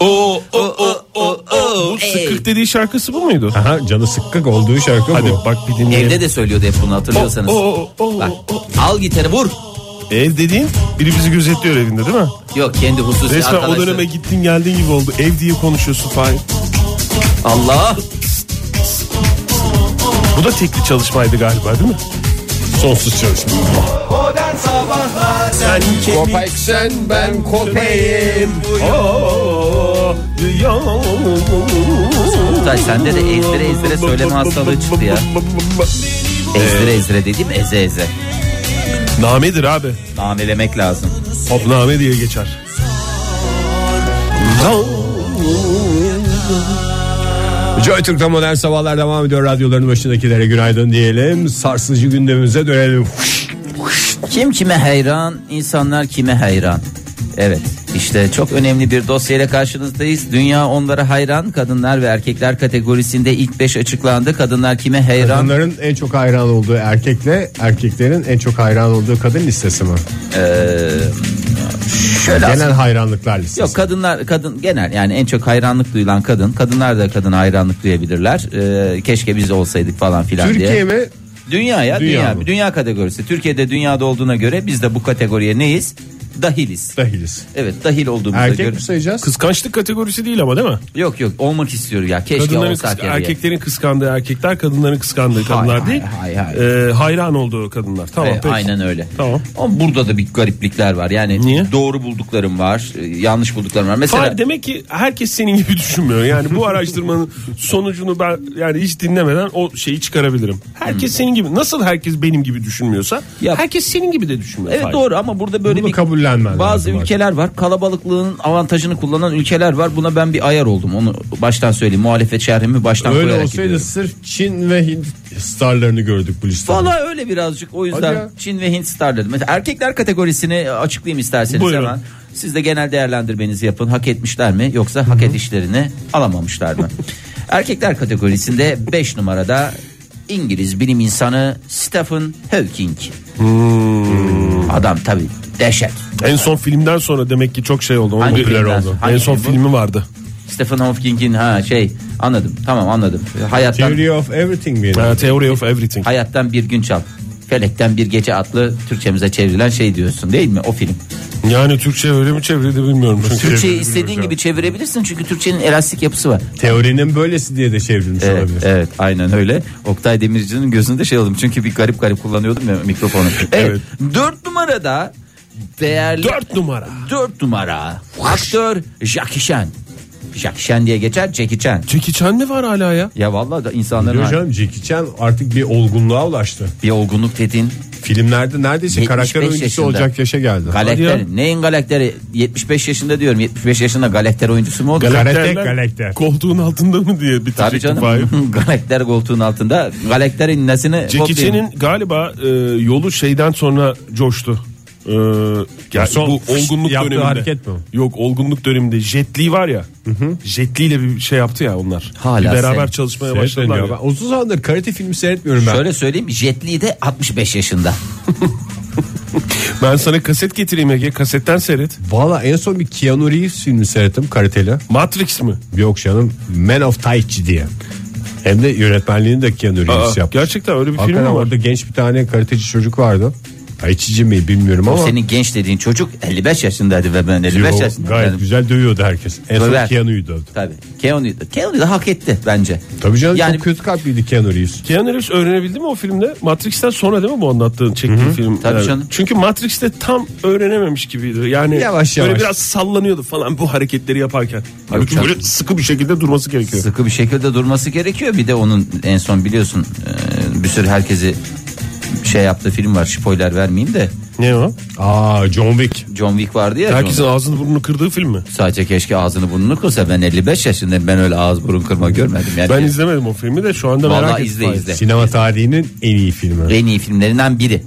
o o o
o,
Bu
ey.
sıkık dediği şarkısı bu muydu?
Aha canı sıkkık olduğu şarkı
Hadi
bu.
bak bir dinleyelim.
Evde de söylüyordu hep bunu hatırlıyorsanız.
O, o, o,
Bak
oh.
al gitarı vur.
Ev dediğin biri bizi gözetliyor evinde değil mi?
Yok kendi hususi
Resmen
arkadaşları.
o döneme gittin geldin gibi oldu. Ev diye konuşuyorsun Fahir.
Allah.
Bu da tekli çalışmaydı galiba değil mi?
Sonsuz çalışma.
Sen
Kopek sen ben kopeyim.
Oktay sende de ezdire ezdire söyleme hastalığı çıktı ya. Ezdire ezdire dediğim eze eze.
Namedir abi.
Namelemek lazım.
Hop name diye geçer.
Joy Türk'te modern sabahlar devam ediyor. Radyoların başındakilere günaydın diyelim. Sarsıcı gündemimize dönelim.
Kim kime hayran, insanlar kime hayran. Evet. İşte çok önemli bir dosyayla karşınızdayız. Dünya onlara hayran. Kadınlar ve erkekler kategorisinde ilk 5 açıklandı. Kadınlar kime hayran?
Kadınların en çok hayran olduğu erkekle erkeklerin en çok hayran olduğu kadın listesi mi?
Ee, Şöyle
Genel hayranlıklar listesi.
Yok kadınlar kadın genel yani en çok hayranlık duyulan kadın. Kadınlar da kadına hayranlık duyabilirler. Ee, keşke biz de olsaydık falan filan diye.
Türkiye mi?
Dünya ya
Dünya
dünya.
mı?
Dünya, kategorisi. Türkiye'de dünyada olduğuna göre biz de bu kategoriye neyiz? Dahiliz.
Dahiliz.
Evet dahil olduğumuza
Erkek
göre.
mi sayacağız?
Kıskançlık kategorisi değil ama değil mi?
Yok yok olmak istiyor ya. Keşke
Kadınların
olsak
kıs-
ya. diye.
erkeklerin kıskandığı erkekler, kadınların kıskandığı kadınlar
hayır,
değil.
hayır, hayır.
Ee, hayran olduğu kadınlar. Tamam.
E,
peki.
aynen öyle.
Tamam.
Ama burada da bir gariplikler var. Yani
Niye?
doğru bulduklarım var, e, yanlış bulduklarım var. Mesela
Fahir, demek ki herkes senin gibi düşünmüyor. Yani bu araştırmanın sonucunu ben yani hiç dinlemeden o şeyi çıkarabilirim. Herkes
Hmm.
senin gibi. Nasıl herkes benim gibi düşünmüyorsa
Ya-
herkes senin gibi de düşünmüyor.
Evet
Fahir.
doğru ama burada böyle
Bunu
bir
kabullenmen
Bazı
lazım
ülkeler var. Kalabalıklığın avantajını kullanan ülkeler var. Buna ben bir ayar oldum. Onu baştan söyleyeyim. Muhalefet şerhimi baştan
Öyle
koyarak
olsaydı
gidiyorum.
sırf Çin ve Hint starlarını gördük bu listede.
Valla öyle birazcık o
Hadi
yüzden
ya.
Çin ve Hint starladım. Mesela erkekler kategorisini e, açıklayayım isterseniz
Buyurun.
hemen. Siz de genel değerlendirmenizi yapın. Hak etmişler mi yoksa hak edişlerini alamamışlar mı? erkekler kategorisinde 5 numarada İngiliz bilim insanı Stephen Hawking.
Hmm.
Adam tabii dehşet.
En son filmden sonra demek ki çok şey oldu.
Hangi
Popüler
filmden?
oldu.
Hangi
en son
film bu?
filmi vardı.
Stephen Hawking'in ha şey anladım tamam anladım. Hayattan
Theory of everything mi?
Ha, Ee, Theory of Everything.
hayattan bir gün çal. Felekten bir gece adlı Türkçemize çevrilen şey diyorsun değil mi o film?
Yani Türkçe öyle mi çevrildi bilmiyorum. Çünkü.
Türkçeyi istediğin gibi çevirebilirsin çünkü Türkçenin elastik yapısı var.
Teorinin böylesi diye de çevrilmiş
Evet,
olabilir.
evet aynen öyle. Oktay Demirci'nin gözünde şey oldum çünkü bir garip garip kullanıyordum ya mikrofonu. Evet, Dört numarada değerli
Dört numara.
dört numara aktör Jackie Chan. Jackie Chan diye geçer Jackie Chan.
Jackie Chan mi var hala ya?
Ya vallahi da insanların
Biliyor Hocam Jackie Chan artık bir olgunluğa ulaştı.
bir olgunluk dediğin
Filmlerde neredeyse
75
karakter oyuncusu
yaşında.
olacak yaşa geldi.
Galakter.
Hadi
Neyin galakteri? 75 yaşında diyorum. 75 yaşında galakter oyuncusu mu oldu?
Galak- Galakter,
Galakterler
galakter.
Koltuğun altında mı diye
Tabii
bitirecektim Fahir.
canım. galakter koltuğun altında. Galakterin nesini?
Jackie
Goldwyn.
Chan'in galiba e, yolu şeyden sonra coştu. E, ya
Son
bu olgunluk
yaptığı
döneminde.
hareket mi o?
Yok olgunluk döneminde jetli var ya. Jetliyle bir şey yaptı ya onlar.
Hala
bir beraber
sen-
çalışmaya başladılar.
Seyretmiyor.
ya.
Ben uzun zamandır karate filmi seyretmiyorum ben.
Şöyle söyleyeyim Jet Li de 65 yaşında.
Ben sana kaset getireyim Ege. Kasetten seyret.
Valla en son bir Keanu Reeves filmi seyrettim karateli.
Matrix mi?
Yok canım Man of Tai Chi diye. Hem de yönetmenliğini de Keanu
Aa,
Reeves yaptı.
gerçekten öyle bir film
Hakikaten
mi var?
orada genç bir tane karateci çocuk vardı. Tai Chi'ci mi bilmiyorum ama.
Senin genç dediğin çocuk 55 yaşındaydı ve ben 55
Yo,
yaşındaydım.
gayet güzel dövüyordu herkes. En son
Döver.
Keanu'yu dövdü.
Tabii. Keanu'yu da, Keanu da hak etti bence.
Tabii canım
Yani-
çok kötü kalpliydi Keanu Reeves.
Keanu Reeves öğrenebildi mi o filmde? Matrix'ten sonra değil mi bu anlattığın çektiği film?
Tabii
Yani
canım.
Çünkü Matrix'te tam öğrenememiş gibiydi. Yani
Yavaş
böyle
yavaş.
biraz sallanıyordu falan bu hareketleri yaparken. Halbuki
canım.
böyle sıkı bir şekilde durması gerekiyor.
Sıkı bir şekilde durması gerekiyor. Bir de onun en son biliyorsun e, bir sürü herkesi şey yaptığı film var. Spoiler vermeyeyim de.
Ne o?
Aa John Wick.
John Wick vardı ya. John-
Herkesin ağzını burnunu kırdığı film mi?
Sadece keşke ağzını burnunu kırsa ben 55 yaşındayım ben öyle ağız burun kırma görmedim. Yani
Ben izlemedim o filmi de şu anda merak
Ee, Vallahi
ettim.
izle, izle.
Sinema tarihinin en iyi filmi.
en iyi filmlerinden biri.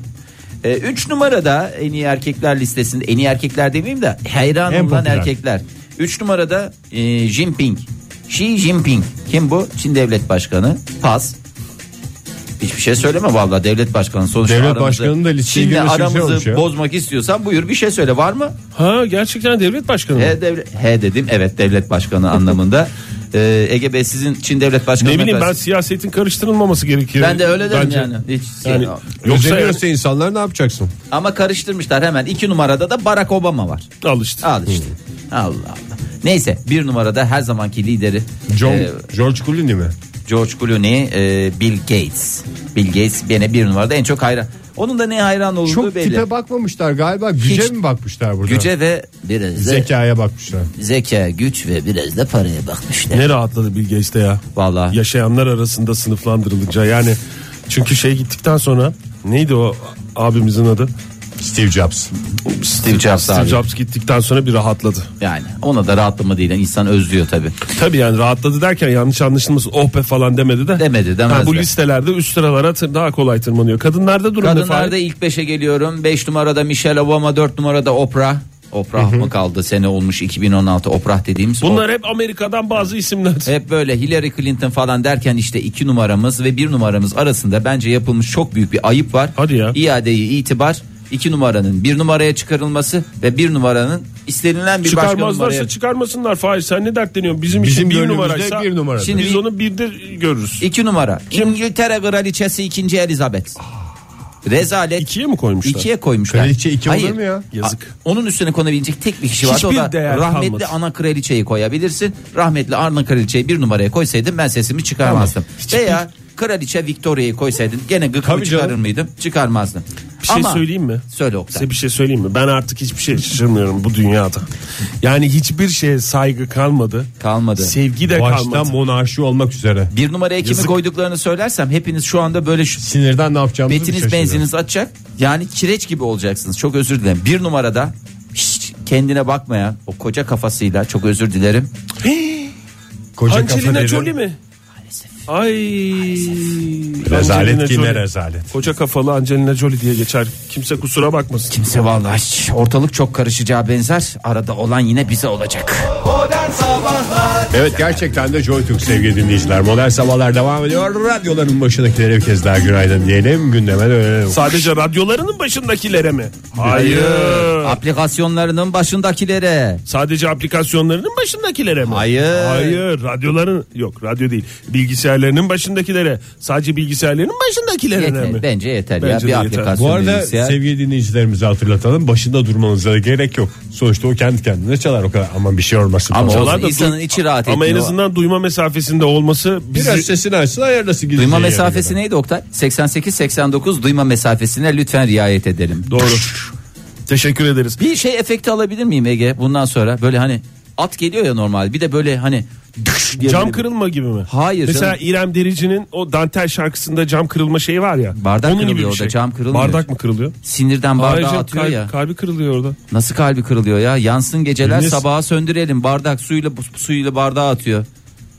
3 numarada en iyi erkekler listesinde en iyi erkekler demeyeyim de hayran
En
olan
popüler.
erkekler. 3 numarada e, Jinping. Xi Jinping. Kim bu? Çin Devlet Başkanı. Pas. Hiçbir şey söyleme vallahi devlet başkanı sonuçta
Devlet
aramızı-
başkanının da listeye
Çin'le
girmesi bir şey
aramızı
olmuş ya.
bozmak istiyorsan buyur bir şey söyle var mı?
Ha gerçekten devlet başkanı mı?
He, devlet, he dedim evet devlet başkanı anlamında. Ee, Ege Bey sizin Çin devlet başkanı.
Ne bileyim ben siyasetin karıştırılmaması gerekiyor.
Ben de öyle dedim
Bence.
yani. Hiç şey
Yani
yani.
yoksa yani,
Özeniyorsa insanlar ne yapacaksın?
Ama karıştırmışlar hemen. iki numarada da Barack Obama var.
al işte.
Al işte. Allah Allah. Neyse bir numarada her zamanki lideri
John,
e,
George Clooney mi?
George Clooney, e, Bill Gates. Bill Gates gene bir numarada en çok hayran. Onun da neye hayran olduğu
Çok
belli.
tipe bakmamışlar galiba. Güce
Hiç-
mi bakmışlar burada?
Güce ve biraz da
Zekaya bakmışlar.
zeka, güç ve biraz da paraya bakmışlar.
Ne rahatladı Bill Gates de ya.
Vallahi.
Yaşayanlar arasında sınıflandırılınca yani çünkü şey gittikten sonra neydi o abimizin adı?
Steve Jobs.
Steve Jobs abi.
Steve Jobs gittikten sonra bir rahatladı.
Yani ona da rahatlama değil. insan özlüyor tabii.
Tabii yani rahatladı derken yanlış anlaşılmasın. Oh be falan demedi de.
Demedi, demez
bu
de.
listelerde üst sıralara tır- daha kolay tırmanıyor. Kadınlarda durum ne?
Kadınlarda
Fahir?
ilk 5'e geliyorum. 5 numarada Michelle Obama, 4 numarada Oprah. Oprah mı kaldı sene olmuş 2016 Oprah dediğimiz o-
Bunlar hep Amerika'dan bazı isimler.
hep böyle Hillary Clinton falan derken işte iki numaramız ve bir numaramız arasında bence yapılmış çok büyük bir ayıp var.
Hadi ya.
İadeyi itibar iki numaranın bir numaraya çıkarılması ve bir numaranın istenilen bir başka numaraya.
Çıkarmazlarsa çıkarmasınlar Faiz sen ne dertleniyorsun bizim,
Bizim
için bir
bölümümüzde
numaraysa
bir numara.
Şimdi
biz
bir-
onu birde görürüz.
İki numara. İngiltere Kraliçesi 2. Elizabeth. Rezalet.
Ah. İkiye mi koymuşlar?
İkiye koymuşlar.
Kraliçe iki olur mu ya?
Yazık.
A- onun üstüne konabilecek tek bir kişi vardı. O
Hiçbir
da
değer
rahmetli
kalmadı.
ana kraliçeyi koyabilirsin. Rahmetli Arna kraliçeyi bir numaraya koysaydın ben sesimi çıkarmazdım. Veya kraliçe Victoria'yı koysaydın gene gıkımı
Tabii canım.
çıkarır mıydım? Çıkarmazdım.
Bir şey söyleyeyim mi?
Söyle Oktay.
Size bir şey söyleyeyim mi? Ben artık hiçbir şey şaşırmıyorum bu dünyada. Yani hiçbir şeye saygı kalmadı.
Kalmadı.
Sevgi de
Başta
kalmadı.
monarşi olmak üzere.
Bir numaraya kimi koyduklarını söylersem hepiniz şu anda böyle şu
Sinirden ne yapacağımızı bir
Betiniz
şaşırıyor.
benziniz açacak. Yani kireç gibi olacaksınız. Çok özür dilerim. Bir numarada hiç kendine bakmayan o koca kafasıyla çok özür dilerim.
Koca
Angelina
kafaları-
Jolie mi? Ay. Angelina
Rezalet
Jolie.
yine rezalet.
Koca kafalı Angelina Jolie diye geçer. Kimse kusura bakmasın.
Kimse vallahi hiç ortalık çok karışacağı benzer. Arada olan yine bize olacak.
Evet gerçekten de JoyTürk sevgili dinleyiciler. Modern Sabahlar devam ediyor. Radyoların başındakilere bir kez daha günaydın diyelim. Gündeme dönelim.
Sadece radyolarının başındakilere mi? Hayır.
Aplikasyonlarının başındakilere.
Sadece aplikasyonlarının başındakilere mi?
Hayır.
Hayır. Radyoların yok radyo değil. Bilgisayarlarının başındakilere. Sadece bilgisayarların başındakilere mi?
Yeter, bence yeter
Bence de
ya.
yeter.
Bir aplikasyon
Bu arada
bilgisayar.
sevgili dinleyicilerimizi hatırlatalım. Başında durmanıza da gerek yok. Sonuçta o kendi kendine çalar o kadar. Aman bir şey olmasın.
Ama
falan.
Çalar
olsun,
da
insanın
duy-
içi rahat
Ama en
etmiyor.
azından duyma mesafesinde olması bizi...
Biraz sesini açsın ayarlasın gideceği
Duyma
yere
mesafesi
kadar.
neydi Oktay? 88-89 duyma mesafesine lütfen riayet edelim.
Doğru. Teşekkür ederiz.
Bir şey efekti alabilir miyim Ege bundan sonra? Böyle hani at geliyor ya normal. Bir de böyle hani dış diye
Cam
böyle bir-
kırılma gibi mi?
Hayır
Mesela
canım.
İrem Derici'nin o dantel şarkısında cam kırılma şeyi var ya.
Bardak
onun gibi
kırılıyor
bir
orada,
şey.
cam kırılmıyor.
Bardak mı kırılıyor?
Sinirden bardağı
Ayrıca
atıyor
kalp-
ya.
kalbi kırılıyor orada.
Nasıl kalbi kırılıyor ya? Yansın geceler
Biriniz-
sabaha söndürelim. Bardak suyuyla bu- suyuyla bardağı atıyor.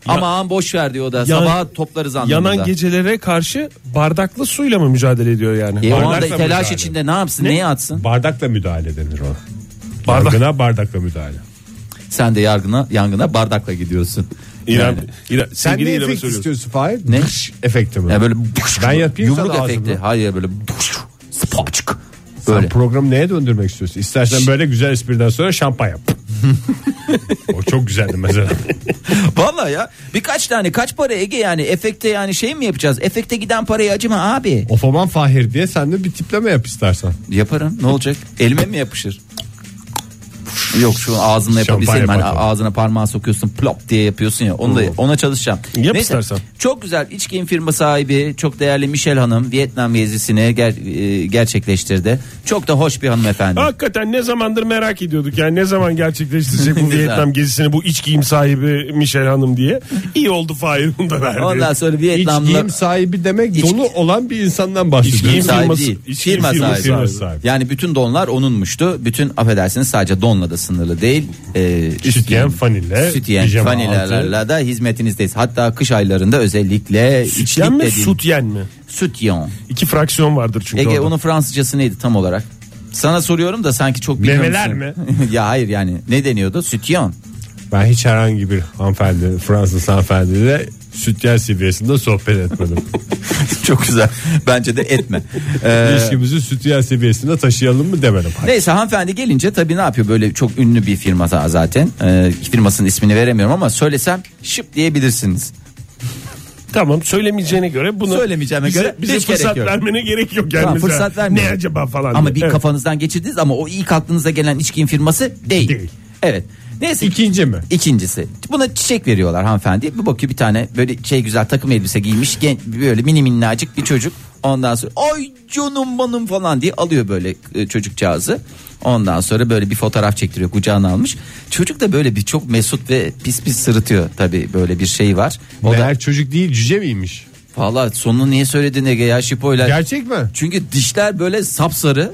Aman boş ver diyor o da. Sabaha toplarız anlamında.
Yanan gecelere karşı bardaklı suyla mı mücadele ediyor yani?
E o
Bardakla
anda
mı
telaş
müdahale?
içinde ne yapsın? Neye atsın?
Bardakla müdahale denir ona.
Bardak-
Yangına bardakla müdahale.
Sen de yargına yangına bardakla gidiyorsun.
İrem,
Yani.
İrem,
Sen
sevgili
ne
İrem'e
efekt
söylüyorum.
istiyorsun Fahir?
Ne?
Dış Efekti mi?
Ya böyle
Ben yapayım
yumruk
sana
efekti.
ağzımı.
Hayır böyle spaçık.
Sen
Böyle.
programı neye döndürmek istiyorsun? İstersen böyle güzel espriden sonra şampanya. o çok güzeldi mesela.
Valla ya birkaç tane kaç para Ege yani efekte yani şey mi yapacağız? Efekte giden parayı acıma abi.
Ofaman Fahir diye sen de bir tipleme yap istersen.
Yaparım ne olacak? Elime mi yapışır? Yok şu an
Şampanya
ağzımla yapabilseydim hani
patladı.
ağzına parmağı sokuyorsun plop diye yapıyorsun ya onu da ona çalışacağım.
Yap istersen.
Çok güzel iç giyim firma sahibi çok değerli Michelle Hanım Vietnam gezisini ger- e, gerçekleştirdi. Çok da hoş bir hanımefendi.
Hakikaten ne zamandır merak ediyorduk yani ne zaman gerçekleştirecek bu Vietnam gezisini bu iç giyim sahibi Michelle Hanım diye. İyi oldu Fahir bundan verdi.
Ondan sonra
İç
Vietnamlı
giyim sahibi demek
İç-
donu olan bir insandan
İç giyim
bahsediyoruz.
sahibi
firması-
değil,
iç giyim
firma
firması
sahibi.
sahibi.
Yani bütün donlar onunmuştu. Bütün affedersiniz sadece donla da sınırlı değil. Ee, üst
Sütyen,
giyim-
fanile,
sütyen,
pijama
fanilelerle de hizmetinizdeyiz. Hatta kış aylarında özellikle
Sütyen mi
dediğim-
sütyen mi?
sütyen.
İki fraksiyon vardır çünkü
Ege
orada.
onun Fransızcası neydi tam olarak? Sana soruyorum da sanki çok biliyor
Memeler
musun? ya hayır yani ne deniyordu? Sütyen.
Ben hiç herhangi bir hanımefendi, Fransız hanımefendiyle sütyen seviyesinde sohbet etmedim.
çok güzel. Bence de etme. Ee,
İlişkimizi sütyen seviyesinde taşıyalım mı demedim.
Neyse hanımefendi gelince tabii ne yapıyor böyle çok ünlü bir firma da zaten. Ee, firmasının ismini veremiyorum ama söylesem şıp diyebilirsiniz.
Tamam söylemeyeceğine göre bunu
Söylemeyeceğime
bize,
göre
bize
hiç gerek
fırsat
yok.
vermene gerek yok. Yani
Tamam,
mesela
fırsat vermiyor.
Ne acaba falan.
Ama
diye.
bir
Evet.
kafanızdan geçirdiniz ama o ilk aklınıza gelen içki firması değil.
Değil.
Evet. Neyse.
İkinci mi?
İkincisi buna çiçek veriyorlar hanımefendi. Bir bakıyor bir tane böyle şey güzel takım elbise giymiş gen- böyle mini minnacık bir çocuk. Ondan sonra ay canım benim falan diye alıyor böyle e, çocukcağızı. Ondan sonra böyle bir fotoğraf çektiriyor kucağına almış. Çocuk da böyle bir çok mesut ve pis pis sırıtıyor tabii böyle bir şey var. O da
Meğer çocuk değil cüce miymiş?
valla sonunu niye söyledin Ege ya şipoyla.
Gerçek mi?
Çünkü dişler böyle sapsarı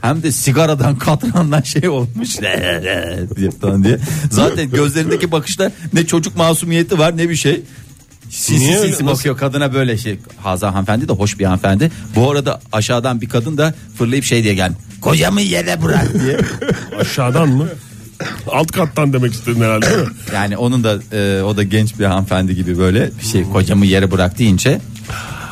hem de sigaradan katrandan şey olmuş diye falan diye. Zaten gözlerindeki bakışta ne çocuk masumiyeti var ne bir şey. Sinsi
Niye öyle?
sinsi
Nasıl?
bakıyor kadına böyle şey. Hazan hanımefendi de hoş bir hanımefendi. Bu arada aşağıdan bir kadın da fırlayıp şey diye gelmiş. Kocamı yere bırak diye.
Aşağıdan mı? Alt kattan demek istedin herhalde.
Yani onun da e, o da genç bir hanımefendi gibi böyle bir
Hmm.
şey kocamı yere bırak deyince.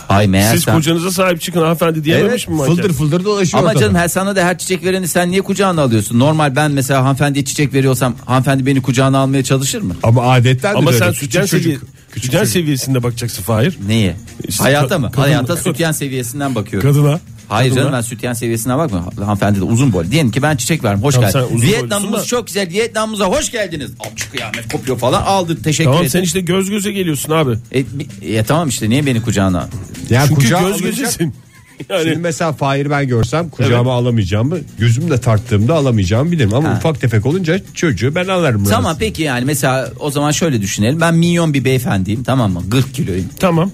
Ay meğer
Siz
sen...
kocanıza sahip çıkın hanımefendi diyememiş
Evet,
mi manken?
Fıldır fıldır dolaşıyor
Ama
ortada.
canım her sana da her çiçek vereni sen niye kucağına alıyorsun? Normal ben mesela hanımefendiye çiçek veriyorsam hanımefendi beni kucağına almaya çalışır mı?
Ama adetler
Ama sen
küçük
sütyen, seviye, sütyen seviyesinde bakacaksın Fahir.
Neye?
İşte
Hayata
ka-
mı?
kadın-
Hayata sütyen seviyesinden bakıyorum.
Kadına.
Hayır
Kadına.
canım ben sütyen seviyesinden bakmıyorum. Ha- Hanımefendi de uzun boylu. Diyelim ki ben çiçek verdim. Hoş
Tamam, sen
geldin.
uzun
Vietnam'ımız
boylusun da-
çok güzel. Vietnam'ımıza hoş geldiniz. Alçı kıyamet kopuyor falan. Aldı teşekkür
Tamam
ettim.
sen işte göz göze geliyorsun abi.
E, bi- e, tamam işte niye beni kucağına?
Yani
Çünkü
kucağa
göz
alınacak-
gözesin.
Şimdi
Yani
mesela Fahir'i ben görsem kucağıma alamayacağımı gözümle tarttığımda alamayacağımı bilirim ama
Ha.
ufak tefek olunca çocuğu ben alırım.
Tamam peki yani mesela o zaman şöyle düşünelim. Ben minyon bir beyefendiyim tamam mı? 40 kiloyum.
Tamam.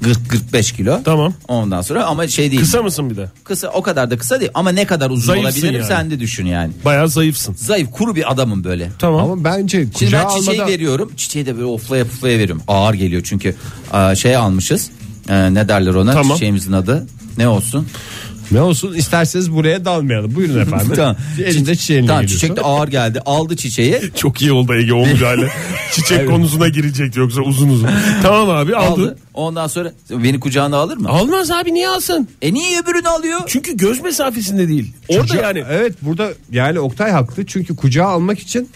40-45 kilo.
Tamam.
Ondan sonra ama şey değil.
kısa mısın bir de?
kısa o kadar da kısa değil ama ne kadar uzun
Zayıfsın
olabilirim
yani.
sen de düşün yani.
Bayağı zayıfsın.
Zayıf kuru bir adamım böyle.
Tamam.
Ama bence
Şimdi
kucağa
ben çiçeği
almadan
veriyorum. Çiçeği de böyle oflaya puflaya veriyorum. Ağır geliyor çünkü e, şey almışız. E, ne derler ona
Tamam.
çiçeğimizin adı? Ne olsun?
ne olsun isterseniz buraya dalmayalım. Buyurun efendim.
tamam.
Elinde çiçeğini
Tamam,
tamam,
çiçek de ağır geldi. Aldı çiçeği.
Çok iyi oldu Ege o müdahale. Çiçek konusuna girecek yoksa uzun uzun. tamam abi aldı.
Aldı. Ondan sonra beni kucağına alır mı?
Almaz abi niye alsın?
E niye öbürünü alıyor?
Çünkü göz mesafesinde değil. Orada yani
Evet burada yani Oktay haklı çünkü kucağa almak için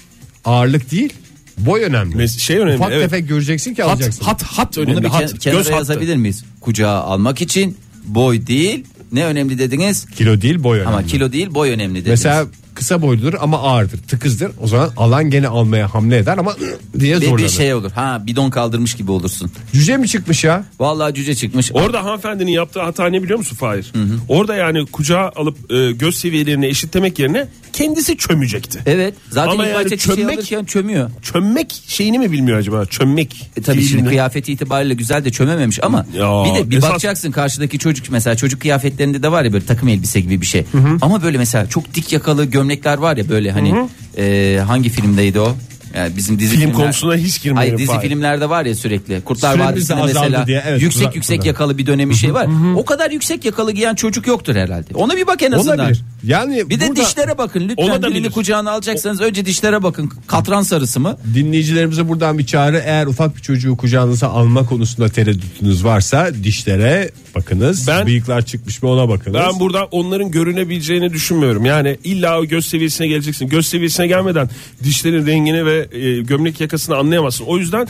ağırlık değil boy önemli.
Mes- şey önemli,
Ufak
evet.
tefek göreceksin ki
hat,
alacaksın.
hat hat
Bunu
önemli.
bir
Hat,
ke- kenara
göz hattı.
yazabilir miyiz? Kucağa almak için boy değil. Ne önemli dediniz?
Kilo değil boy önemli.
Ama kilo değil boy önemli dediniz.
Mesela kısa boyludur ama ağırdır tıkızdır o zaman alan gene almaya hamle eder ama diye
bir,
zorlanır.
bir şey olur. Ha bidon kaldırmış gibi olursun.
Cüce mi çıkmış ya?
Vallahi cüce çıkmış.
Orada hanımefendinin yaptığı hata ne biliyor musun Fahir? Orada yani kucağa alıp e, göz seviyelerini eşitlemek yerine kendisi çömecekti.
Evet. Zaten
Ama
ilk
yani
başta çiçeği
çömmek-
alırken çömüyor.
Çömmek şeyini mi bilmiyor acaba? Çömmek.
E tabii şimdi
fiilini.
kıyafeti itibariyle güzel de çömememiş ama
Ya,
bir de bir
esas-
bakacaksın karşıdaki çocuk mesela çocuk kıyafetlerinde de var ya böyle takım elbise gibi bir şey. Ama böyle mesela çok dik yakalı gömlekler var ya böyle hani e, hangi filmdeydi o? Yani bizim dizi
Film
filmler-
konusuna hiç girmeyelim
Hayır dizi
Fahir.
filmlerde var ya sürekli. Kurtlar
Süremiz de
Vadisi'nde
azaldı
mesela
diye, evet,
yüksek
Kurtlar-
yüksek
Kurtlar.
yakalı bir dönemi şey var. O kadar yüksek yakalı giyen çocuk yoktur herhalde. Ona bir bak en azından.
Olabilir. Yani
Bir de
burada-
dişlere bakın
Ona
lütfen
da
birini
bilir.
kucağına alacaksanız önce dişlere bakın. Katran sarısı mı?
Dinleyicilerimize buradan bir çağrı eğer ufak bir çocuğu kucağınıza alma konusunda tereddütünüz varsa dişlere bakınız.
Ben-
Bıyıklar çıkmış mı ona bakınız.
Ben burada onların görünebileceğini düşünmüyorum. Yani illa o göz seviyesine geleceksin. Göz seviyesine gelmeden dişlerin rengini ve e, gömlek yakasını anlayamazsın. O yüzden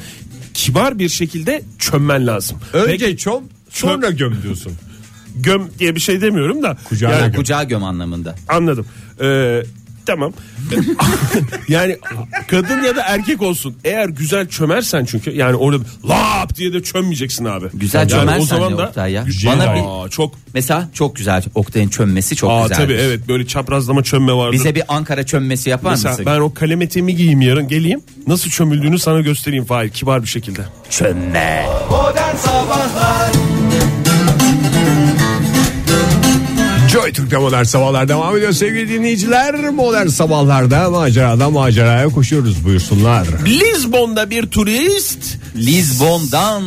kibar bir şekilde çömmen lazım.
Önce
Peki,
çom sonra göm diyorsun.
göm diye bir şey demiyorum da.
Kucağına
yani,
göm.
Kucağa göm anlamında.
Anladım. Ee, tamam. yani kadın ya da erkek olsun. Eğer güzel çömersen çünkü yani orada lap diye de çömmeyeceksin abi.
Güzel
yani
çömersen de Oktay ya.
Bana
Bana bir-
çok
Mesela çok güzel. Oktay'ın çömmesi çok
Aa
güzel.
tabii evet böyle çaprazlama çömme vardı.
Bize bir Ankara çömmesi yapar
Mesela
mısın?
ben o kalem eteğimi giyeyim yarın geleyim. Nasıl çömüldüğünü sana göstereyim Fahir kibar bir şekilde.
Çömme.
Joy Türk'te modern sabahlar devam ediyor sevgili dinleyiciler. Modern sabahlarda maceradan maceraya koşuyoruz buyursunlar.
Lizbon'da bir turist
Lizbon'dan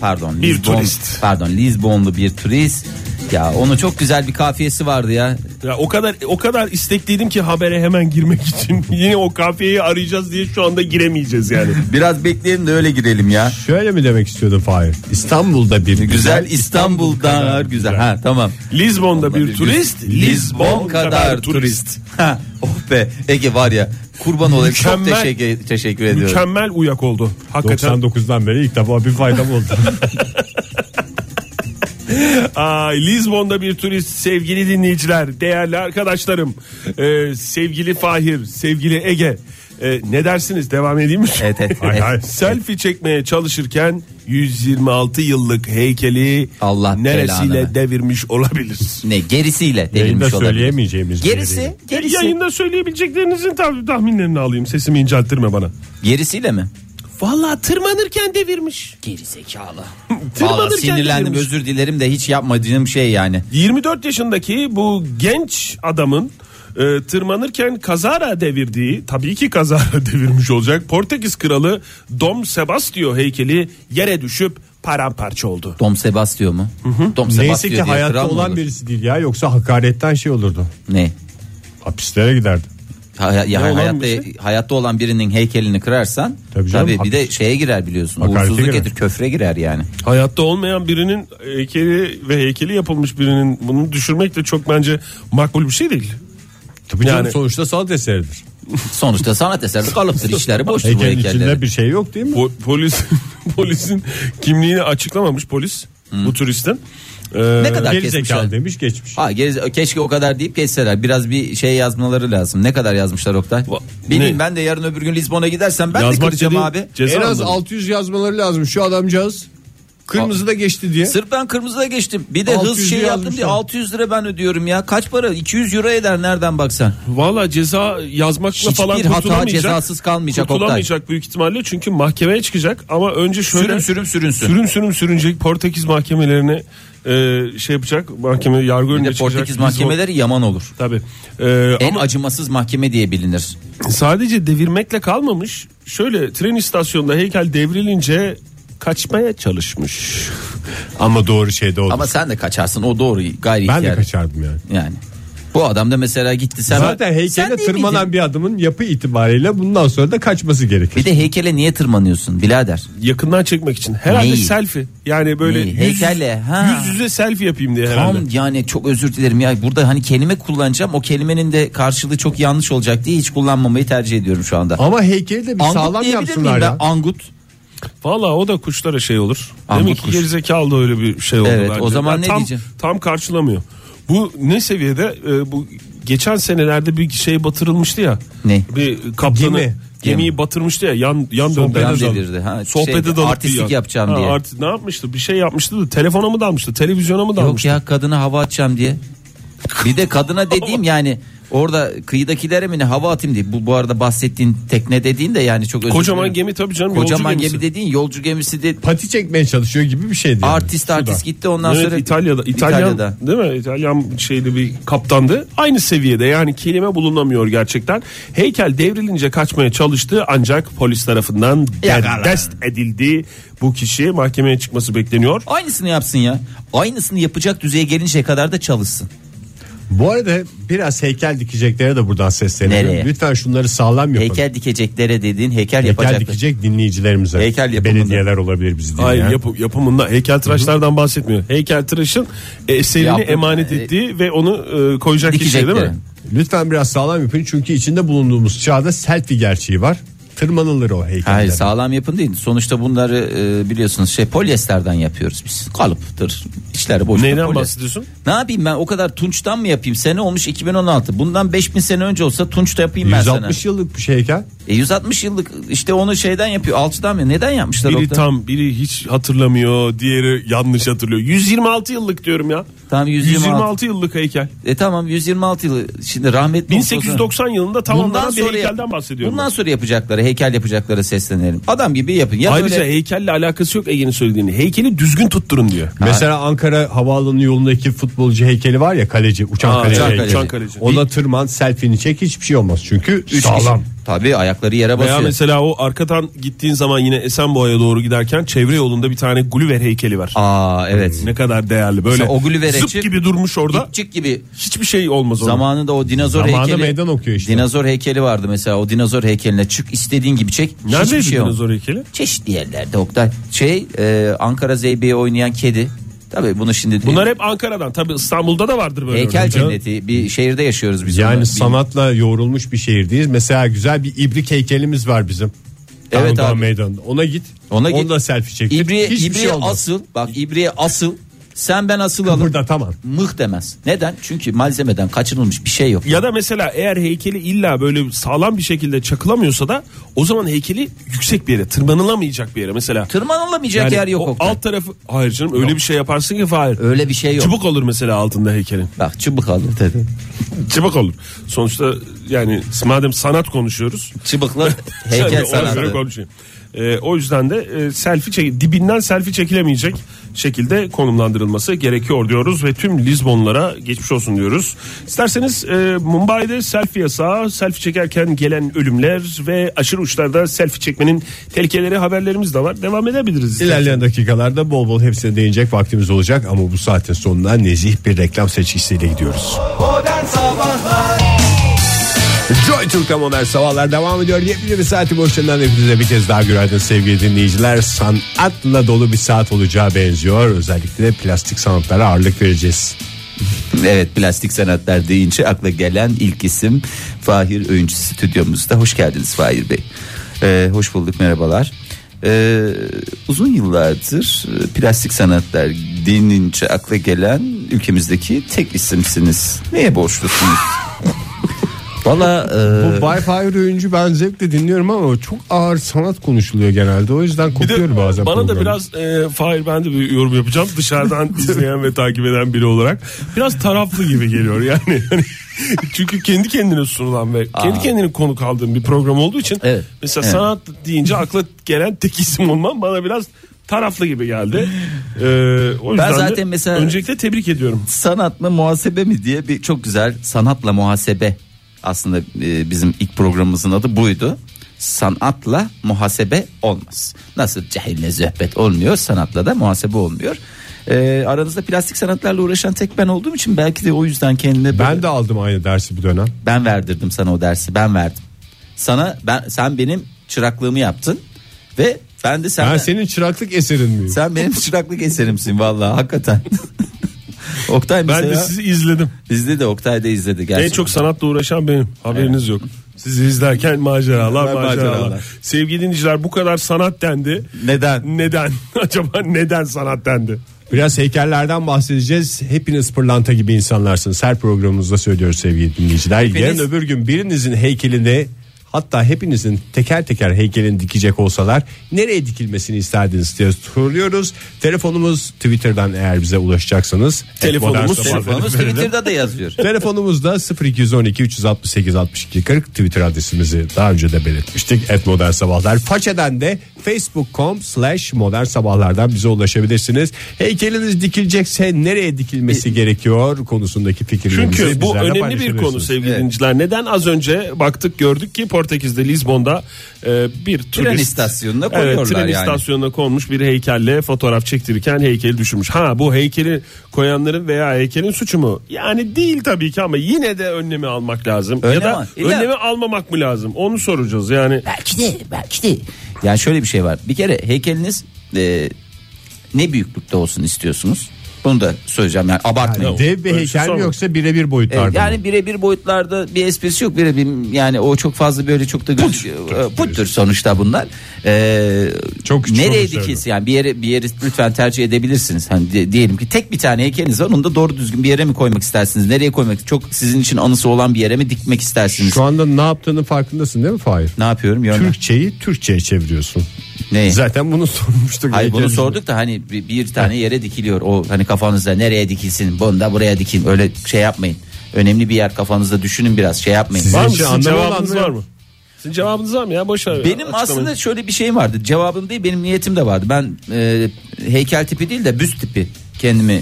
pardon.
Bir
Lizbon,
turist.
Pardon Lizbonlu bir turist. Ya onu çok güzel bir kafiyesi vardı ya.
ya o kadar o kadar istekliydim ki habere hemen girmek için. Yine o kafiyeyi arayacağız diye şu anda giremeyeceğiz yani.
Biraz bekleyelim de öyle girelim ya.
Şöyle mi demek istiyordun Fahir? İstanbul'da bir
Güzel İstanbul'da güzel. Ha tamam.
Lizbon'da bir
Lizbon-
turist, Lizbon kadar turist.
Ha, oh be Ege var ya kurban olayım çok
Mükemmel-
teşekkür, teşekkür ediyorum.
Mükemmel uyak oldu. Hakikaten.
99'dan beri ilk defa bir faydam oldu.
Aa, Lizbon'da bir turist sevgili dinleyiciler, değerli arkadaşlarım, e, sevgili Fahir, sevgili Ege. E, ne dersiniz devam edeyim mi?
Evet, evet,
Ay,
evet.
ay. Selfie çekmeye çalışırken 126 yıllık heykeli
Allah
neresiyle
belanı.
devirmiş olabilir?
Ne gerisiyle
Yayında
delinmiş olabilir.
söyleyemeyeceğimiz bir yeri.
Gerisi, gerisi.
Yayında söyleyebileceklerinizin tabii tahminlerini alayım. Sesimi incelttirme bana.
Gerisiyle mi?
Vallahi tırmanırken devirmiş.
Geri zekalı.
Tırmanırken
Vallahi sinirlendim
devirmiş.
özür dilerim de hiç yapmadığım şey yani.
24 yaşındaki bu genç adamın e, tırmanırken kazara devirdiği tabii ki kazara devirmiş olacak Portekiz kralı Dom Sebastio heykeli yere düşüp paramparça oldu.
Dom Sebastio mu? Dom
Neyse ki
diye kral
hayatta
mı
olan
olur?
birisi değil ya yoksa hakaretten şey olurdu.
Ne?
Hapislere giderdi.
Ha- ya-
olan
hayatta,
birisi?
hayatta olan birinin heykelini kırarsan
şey? Tabii
tabii,
canım,
bir de şeye girer biliyorsun.
Hakarete
Uğursuzluk
girer.
getir, köfre girer yani.
Hayatta olmayan birinin heykeli ve heykeli yapılmış birinin bunu düşürmek de çok bence makbul bir şey değil.
Tabii canım,
Yani-
sonuçta sanat eseridir.
Sonuçta sanat eseri kalıptır, işleri boştur bu
Heykelin
heykellerin.
içinde bir şey yok değil mi?
Po- polis polisin kimliğini açıklamamış polis bu turistin. Ee,
Ne kadar
Geri
kesmişler?
zekalı demiş geçmiş.
Ha, geri- keşke o kadar deyip geçseler. Biraz bir şey yazmaları lazım. Ne kadar yazmışlar Oktay?
Va-
Bileyim
ne?
ben de yarın öbür gün Lisbon'a gidersem ben de kıracağım
dediğin
abi.
ceza
en az
anlamı.
600 yazmaları lazım şu adamcağız. Kırmızı da geçti diye.
Sırf ben kırmızıda geçtim. Bir de
600
hız şey yaptım
yazmışlar.
diye 600 lira ben ödüyorum ya. Kaç para? 200 euro eder nereden baksan.
Valla ceza yazmakla
Hiçbir
falan
hata
kurtulamayacak.
cezasız kalmayacak Oktay.
Kurtulamayacak büyük ihtimalle çünkü mahkemeye çıkacak ama önce şöyle
Sürüm sürüm sürünsün.
sürüm sürüm sürünecek Portekiz mahkemelerine e, şey yapacak mahkeme yargı
Bir
önüne
de
çıkacak.
Portekiz
Biz
mahkemeleri yaman olur.
o- Tabii. E,
En
ama
acımasız mahkeme diye bilinir.
sadece devirmekle kalmamış. Şöyle tren istasyonunda heykel devrilince kaçmaya çalışmış.
Ama doğru şey de oldu.
Ama sen de kaçarsın o doğru gayri
ben de
ihtiyar.
kaçardım yani.
Yani. Bu adam da mesela gitti sen.
Zaten
Sen
heykele
değil
tırmanan
miydin?
bir adamın yapı itibariyle bundan sonra da kaçması gerekir.
Bir de heykele niye tırmanıyorsun birader?
Yakından çekmek için. Herhalde
Neyi?
selfie. Yani böyle
Neyi?
yüz,
Heykelle, ha.
yüz yüze selfie yapayım diye herhalde.
Tam yani çok özür dilerim ya burada hani kelime kullanacağım o kelimenin de karşılığı çok yanlış olacak diye hiç kullanmamayı tercih ediyorum şu anda.
Ama heykeli de bir
Angut
sağlam
diyebilir
yapsınlar
miyim
ya.
ben? Angut.
Valla o da kuşlara şey olur.
Angut
Demek ki
kuş.
gerizekalı da öyle bir şey oldu
Evet,
bence.
o zaman
Ben
ne
tam,
diyeceğim?
Tam karşılamıyor. Bu ne seviyede e, bu geçen senelerde bir şey batırılmıştı ya.
Ne?
Bir kaptanı
Gemi.
gemiyi
Gemi.
batırmıştı ya yan yan
Sohbete
döndü.
yan
Dal-
dedirdi, ha,
Sohbete
şey,
dalıp bir
artistlik
yan.
yapacağım diye.
arti- ne yapmıştı? Bir şey yapmıştı da telefona mı dalmıştı? Televizyona mı
Yok
dalmıştı?
ya kadına hava atacağım diye. Bir de kadına dediğim yani orada kıyıdakilere mi ne hava atayım diye. Bu, bu arada bahsettiğin tekne dediğin de yani çok özür
Kocaman
dilerim.
gemi tabii canım.
Kocaman
yolcu gemisi.
gemi dediğin yolcu gemisi de
Pati çekmeye çalışıyor gibi bir şey şeydi. yani.
artist artist
Suda.
gitti ondan
Evet,
sonra
İtalya'da İtalyan
İtalya'da.
değil mi? İtalyan şeyli bir kaptandı. Aynı seviyede yani kelime bulunamıyor gerçekten. Heykel devrilince kaçmaya çalıştı ancak polis tarafından
Yakalandı.
dest edildi. Bu kişi mahkemeye çıkması bekleniyor.
Aynısını yapsın ya. Aynısını yapacak düzeye gelinceye kadar da çalışsın.
Bu arada biraz heykel dikeceklere de buradan sesleniyorum.
Nereye?
Lütfen şunları sağlam yapın. Heykel,
Heykel dikeceklere dediğin heykel, yapacaklar.
dikecek dinleyicilerimize.
Heykel yapımında.
Belediyeler olabilir bizi dinleyen.
Hayır yapı- yapımında heykeltıraşlardan bahsetmiyor. Heykeltıraşın eserini
Yapım-
emanet
e,
ettiği ve onu e, koyacak kişi değil
Dikecekleri.
mi?
Lütfen biraz sağlam yapın çünkü içinde bulunduğumuz çağda selfie gerçeği var. Tırmanılır o heykeller.
Hayır sağlam yapın değil. Sonuçta bunları e, biliyorsunuz şey polyesterden yapıyoruz biz. Kalıptır. İçleri boş.
Neyden
polyester.
bahsediyorsun?
Ne yapayım ben o kadar tunçtan mı yapayım? Sene olmuş 2016. Bundan 5000 sene önce olsa tunçta yapayım ben
160
sana.
yıllık bir şey heykel.
E, 160 yıllık işte onu şeyden yapıyor. Alçıdan mı? Neden yapmışlar?
Biri
Oktay?
tam biri hiç hatırlamıyor diğeri yanlış hatırlıyor. 126 yıllık diyorum ya.
Tamam, 126.
126 yıllık heykel.
E tamam 126 yılı. Şimdi rahmetli
1890 yılında
Bundan
tamamlanan bir
sonra,
heykelden
yap-
bahsediyorum.
bundan sonra yapacakları heykel yapacakları seslenelim. Adam gibi yapın. Ya
Ayrıca
böyle-
heykelle alakası yok Ege'nin söylediğini. Heykeli düzgün tutturun diyor.
Mesela Ankara havaalanı yolundaki futbolcu heykeli var ya kaleci uçan
Aa,
kaleci.
uçan
heykeli.
kaleci. Kaleci.
Ona tırman selfie'ni çek hiçbir şey olmaz çünkü
Üç kişi.
sağlam.
Tabii ayakları yere
Veya
basıyor.
mesela o arkadan gittiğin zaman yine Esenboğa'ya doğru giderken çevre yolunda bir tane Gulliver heykeli var.
Aa evet.
Ne kadar değerli. Böyle
Mesela o Gulliver'e
zıp
çık-
gibi durmuş orada.
Dipçik gibi
Hiçbir şey olmaz ona.
Zamanında o dinozor
Zamanında
heykeli.
meydan okuyor işte.
Dinozor heykeli vardı mesela. O dinozor heykeline çık istediğin gibi çek.
Neredeydi
Hiçbir şey
dinozor
yok.
heykeli?
Çeşitli yerlerde Oktay. Şey e, Ankara Zeybe'yi oynayan kedi. Tabii bunu şimdi
Bunlar hep Ankara'dan. Tabii İstanbul'da da vardır böyle.
heykel
örnekler.
cenneti. Bir şehirde yaşıyoruz biz.
Yani
onu.
sanatla yoğrulmuş bir şehirdeyiz. Mesela güzel bir ibrik heykelimiz var bizim.
Evet
Downtown
abi.
meydanında. Ona git.
Ona git.
Onunla selfie çektir.
İbriye,
Hiçbir
İbriye
şey olmaz.
asıl. Bak İbriye asıl. Sen ben asıl alın.
Burada tamam.
Mıh demez. Neden? Çünkü malzemeden kaçınılmış bir şey yok.
Ya da mesela eğer heykeli illa böyle sağlam bir şekilde çakılamıyorsa da o zaman heykeli yüksek bir yere tırmanılamayacak bir yere mesela.
Tırmanılamayacak yer yok
o
Oktay.
alt tarafı hayır canım öyle bir şey yaparsın ki hayır.
Öyle bir şey yok.
Çubuk olur mesela altında heykelin.
Bak çubuk alın.
Çubuk olur. Sonuçta yani madem sanat konuşuyoruz.
Çıbıklı
Sen de
heykel
ona göre
sanatı.
konuşayım. Ee, o yüzden de e, selfie çek- dibinden selfie çekilemeyecek şekilde konumlandırılması gerekiyor diyoruz ve tüm Lizbonlara geçmiş olsun diyoruz. İsterseniz e, Mumbai'de selfie yasağı, selfie çekerken gelen ölümler ve aşırı uçlarda selfie çekmenin tehlikeleri haberlerimiz de var. Devam edebiliriz.
İlerleyen dakikalarda bol bol hepsine değinecek vaktimiz olacak ama bu saatin sonuna nezih bir reklam seçkisiyle gidiyoruz. Joy Türk'te modern sabahlar devam ediyor. Yepyeni bir saati boşluğundan hepinize bir kez daha günaydın sevgili dinleyiciler. Sanatla dolu bir saat olacağı benziyor. Özellikle de plastik sanatlara ağırlık vereceğiz.
Evet plastik sanatlar deyince akla gelen ilk isim Fahir Öğüncü stüdyomuzda. Hoş geldiniz Fahir Bey. Ee, hoş bulduk merhabalar. Ee, uzun yıllardır e, plastik sanatlar denince akla gelen ülkemizdeki tek isimsiniz. Neye borçlusunuz? Valla
Bu Bay Fahir Öğüncü ben zevkle dinliyorum ama çok ağır sanat konuşuluyor genelde. O yüzden
Bir de
kopuyor bazen.
bana da
programdan.
biraz e, Fahir ben de bir yorum yapacağım dışarıdan izleyen ve takip eden biri olarak biraz taraflı gibi geliyor yani Hani çünkü kendi kendine sunulan ve kendi kendine konuk aldığım bir program olduğu için
Evet.
mesela
Evet.
sanat deyince akla gelen tek isim olmam bana biraz taraflı gibi geldi. E, o yüzden de
zaten mesela-
öncelikle tebrik ediyorum.
sanat mı muhasebe mi diye bir çok güzel sanatla muhasebe aslında e, bizim ilk programımızın adı buydu. Sanatla muhasebe olmaz. Nasıl cehille zöhbet olmuyor sanatla da muhasebe olmuyor. E, aranızda plastik sanatlarla uğraşan tek ben olduğum için belki de o yüzden kendine ben,
Ben de aldım aynı dersi bir dönem.
ben verdirdim sana o dersi ben verdim. Sana ben sen benim çıraklığımı yaptın ve ben de sen
Ben senin çıraklık eserin miyim?
sen benim çıraklık eserimsin vallahi hakikaten. Oktay
Ben de
mesela-
sizi izledim.
Bizde de Oktay da izledi gerçekten.
En çok sanatla uğraşan benim. Haberiniz yok. Sizi izlerken maceralar
Ben
maceralar.
maceralar.
Sevgili dinleyiciler bu kadar sanat dendi.
Neden?
Neden? Acaba neden sanat dendi?
Biraz heykellerden bahsedeceğiz. Hepiniz pırlanta gibi insanlarsınız. Her programımızda söylüyoruz sevgili dinleyiciler. Yarın öbür gün birinizin heykelini hatta hepinizin teker teker heykelini dikecek olsalar nereye dikilmesini isterdiniz diye soruyoruz. Telefonumuz Twitter'dan eğer bize ulaşacaksanız.
Telefonumuz-
Modern Sabahlar
Telefonumuz
efendim.
Twitter'da da yazıyor.
Telefonumuz da 0212 368 62 40 Twitter adresimizi daha önce de belirtmiştik. Et Modern Sabahlar. Façeden de facebook.com slash modern sabahlardan bize ulaşabilirsiniz. Heykeliniz dikilecekse nereye dikilmesi gerekiyor konusundaki fikirlerinizi
Çünkü bu
bizlerle
önemli bir
paylaşabilirsiniz.
konu sevgili
Evet.
dinleyiciler. Neden az önce baktık gördük ki Portekiz'de Lizbon'da e, bir turist
istasyonuna
Evet,
koyuyorlar
tren
yani.
istasyonuna konmuş bir heykelle fotoğraf çektirirken heykeli düşürmüş. Ha bu heykeli koyanların veya heykelin suçu mu? Yani değil tabii ki ama yine de önlemi almak lazım. ya
Önlem
da
al- İlla-
önlemi almamak mı lazım? Onu soracağız. Yani
belki de belki de. Yani şöyle bir şey var. Bir kere heykeliniz e, ne büyüklükte olsun istiyorsunuz? Bunu da söyleyeceğim yani abartmayın.
Yani dev bir
Ölçüsü
heykel mi
olmadı.
yoksa birebir
E,
boyutlarda mı?
Yani birebir boyutlarda bir esprisi yok birebir yani o çok fazla böyle çok da gözüküyor. E, Puttur sonuçta bunlar. E,
Çok küçük
nereye
olmuş
dikilsin yani bir yere bir yeri lütfen tercih edebilirsiniz. Hani di- diyelim ki tek bir tane heykeliniz var onu da doğru düzgün bir yere mi koymak istersiniz? Nereye koymak? Çok sizin için anısı olan bir yere mi dikmek istersiniz?
Şu anda ne yaptığının farkındasın değil mi Fahir?
Ne yapıyorum? Yönler.
Türkçeyi Türkçe'ye çeviriyorsun.
Neyi?
Zaten bunu sormuştuk.
Hayır bunu
heykelin-
sorduk da hani bir, bir tane yere dikiliyor. O hani kafanızda nereye dikilsin? Bunu da buraya dikin. Öyle şey yapmayın. Önemli bir yer kafanızda düşünün biraz şey yapmayın.
Sizin
var mı?
için
Sizin
anlamı
cevabınız
olanlar-
var mı? Sizin cevabınız var mı ya? Boş ver. ya.
Benim
Açıklamayın.
aslında şöyle bir şeyim vardı. Cevabım değil benim niyetim de vardı. Ben e, heykel tipi değil de büst tipi kendimi e,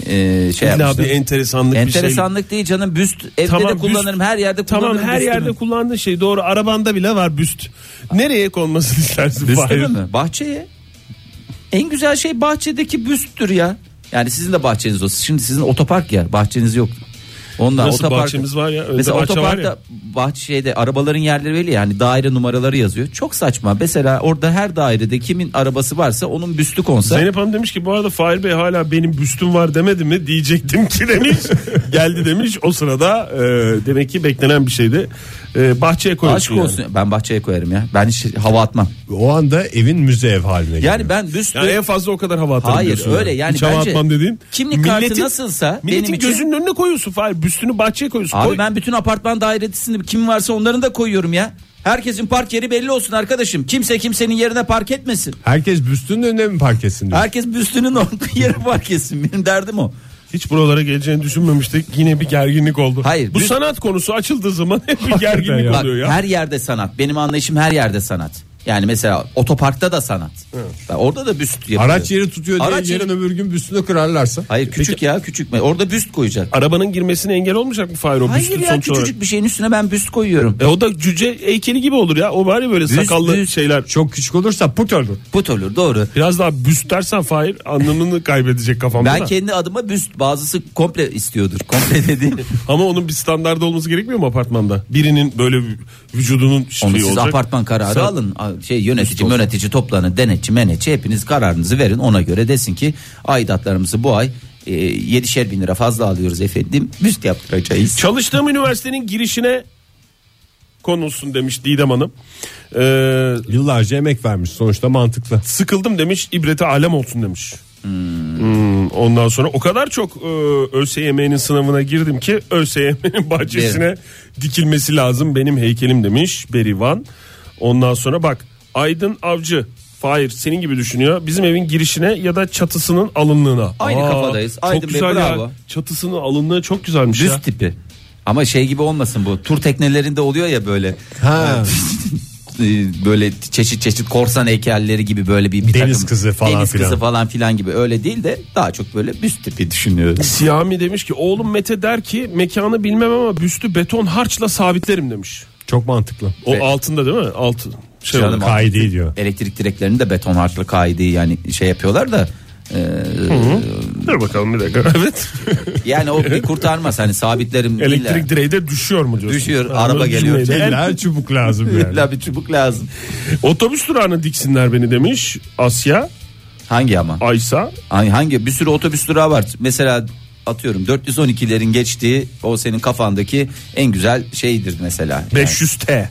şey
İlla
yapmıştım.
bir enteresanlık bir şey.
Enteresanlık değil canım büst evde de
büst-
kullanırım her yerde kullanırım.
E, Tamam her
büstümü.
yerde kullandığın şey doğru. Arabanda bile var büst. Nereye konmasını istersin? Fahir?
Büstümü mü? Bahçeye. En güzel şey bahçedeki büsttür ya. Yani sizin de bahçeniz olsun. Şimdi sizin otopark ya bahçeniz yok. Ondan
Nasıl
otopark,
bahçemiz var ya? Önde
mesela
bahçe var
otoparkta
ya.
bahçede arabaların yerleri belli yani daire numaraları yazıyor. Çok saçma. Mesela orada her dairede kimin arabası varsa onun büstü konsa.
Zeynep Hanım demiş ki bu arada Fahir Bey hala benim büstüm var demedi mi diyecektim ki demiş. Geldi demiş o sırada e, demek ki beklenen bir şeydi. E, bahçeye koymuş
Aşk
yani.
olsun. Ben bahçeye koyarım ya. Ben hiç hava atmam.
O anda evin müze ev haline geliyor.
Yani ben büstü
Yani en fazla o kadar hava atarım
Hayır
diyorsun
öyle yani
Hiç hava
bence
atmam dediğin.
kimlik kartı
Milletin-
nasılsa
Milletin
benim için
gözünün önüne koyuyorsun Fahir büstünü bahçeye koyuyorsun.
Abi
Koy-
ben bütün apartman dairesinde kim varsa onların da koyuyorum ya. Herkesin park yeri belli olsun arkadaşım. Kimse kimsenin yerine park etmesin.
Herkes büstünün önüne mi park etsin diyor.
Herkes büstünün olduğu yere park etsin. Benim derdim o.
Hiç buralara geleceğini düşünmemiştik. Yine bir gerginlik oldu.
Hayır,
Bu
biz-
sanat konusu açıldığı zaman hep bir gerginlik
ya.
Bak,
oluyor ya.
her yerde sanat. Benim anlayışım her yerde sanat. Yani mesela otoparkta da sanat. Ya Orada da büst yapılıyor.
Araç yeri tutuyor diye
Araç
yarın
yeri-
öbür gün büstünü kırarlarsa.
Hayır küçük ya küçük. Orada büst koyacak.
Arabanın girmesine engel olmayacak mı Fahir o
Hayır
büstün
ya
sonuç
küçücük
olarak?
bir şeyin üstüne ben büst koyuyorum.
E o da cüce heykeli gibi olur ya. O bari böyle sakallı
büst.
şeyler.
Çok küçük olursa put olur.
Put olur doğru.
Biraz daha büst dersen Fahir anlamını kaybedecek kafamda
Ben
da.
kendi adıma büst bazısı komple istiyordur. Komple dediğim.
Ama onun bir standardı olması gerekmiyor mu apartmanda? Birinin böyle vü- vücudunun şeyi
Onu siz
olacak.
apartman kararı
Sen-
alın. A- Şey yönetici, yönetici toplanın, denetçi, menetçi hepiniz kararınızı verin. Ona göre desin ki aidatlarımızı bu ay e, 7'şer bin lira fazla alıyoruz efendim. Büst yaptıracağız.
Çalıştığım üniversitenin girişine konulsun demiş Didem Hanım. Ee,
Yıllarca emek vermiş sonuçta mantıklı.
sıkıldım demiş ibreti alem olsun demiş. Hmm, ondan sonra o kadar çok e, ÖSYM'nin sınavına girdim ki ÖSYM'nin bahçesine dikilmesi lazım benim heykelim demiş Berivan. Ondan sonra bak Aydın Avcı Fahir senin gibi düşünüyor. Bizim evin girişine ya da çatısının alınlığına.
Aynı kafadayız. Aydın Bey,
çok güzel ya.
bravo.
Çatısının alınlığı çok güzelmiş ya.
Büst tipi. Ama şey gibi olmasın bu. Tur teknelerinde oluyor ya böyle.
Ha.
e, böyle çeşit çeşit korsan heykelleri gibi böyle bir, bir
Deniz kızı falan
deniz kızı
filan.
falan filan gibi öyle değil de daha çok böyle büst tipi düşünüyorum.
Siyami demiş ki oğlum Mete der ki mekanı bilmem ama büstü beton harçla sabitlerim demiş.
Çok mantıklı.
O
Evet.
altında değil mi? Altın. Şey
Canım,
olarak.
Kaidi diyor.
Elektrik direklerini de beton harçlı kaidi yani şey yapıyorlar da e,
Dur bakalım bir dakika. Evet.
yani o bir kurtarmaz hani sabitlerim
Elektrik
illa-
direği de düşüyor mu diyorsun?
Düşüyor,
Ha,
araba
bu
geliyor.
cümleyle.
İlla çubuk lazım yani.
illa bir çubuk lazım.
Otobüs durağına diksinler beni demiş Asya,
Hangi ama?
Aysa.
Hangi, hangi bir sürü otobüs durağı var. Mesela atıyorum 412'lerin geçtiği o senin kafandaki en güzel şeydir mesela. Yani
500T.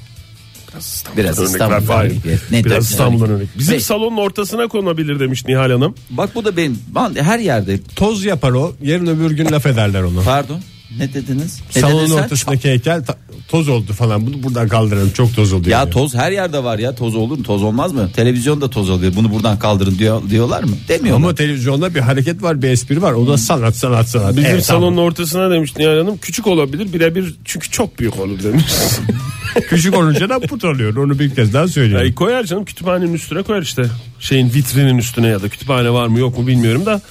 biraz
Örnek
İstanbul'dan
ver bari.
örnek ver. Ne
Biraz
dört-
İstanbul'dan örnek. Bizim
Beş-
salonun ortasına konabilir demiş Nihal Hanım.
Bak bu da benim ben her yerde
Toz yapar o. Yarın öbür gün laf ederler onu.
Pardon. Ne dediniz? Ne dedin
Salonun şey
sen?
ortasındaki heykel ta- toz oldu falan. Bunu buradan kaldıralım. Çok toz oldu.
Ya
yani.
toz her yerde var ya. Toz olur mu? Toz olmaz mı? Televizyonda toz oluyor. Bunu buradan kaldırın diyor, diyorlar mı? Demiyorlar.
Ama televizyonda bir hareket var, bir espri var. O da sanat, sanat, sanat.
Bizim
Evet,
salonun ortasına demiş Nihal Hanım. Küçük olabilir birebir çünkü çok büyük olur demiş.
tamam. küçük olunca da put oluyor. Onu bir kez daha söyleyeyim.
yani E, koyar canım kütüphanenin üstüne koyar işte. Şeyin vitrinin üstüne ya da kütüphane var mı yok mu bilmiyorum da.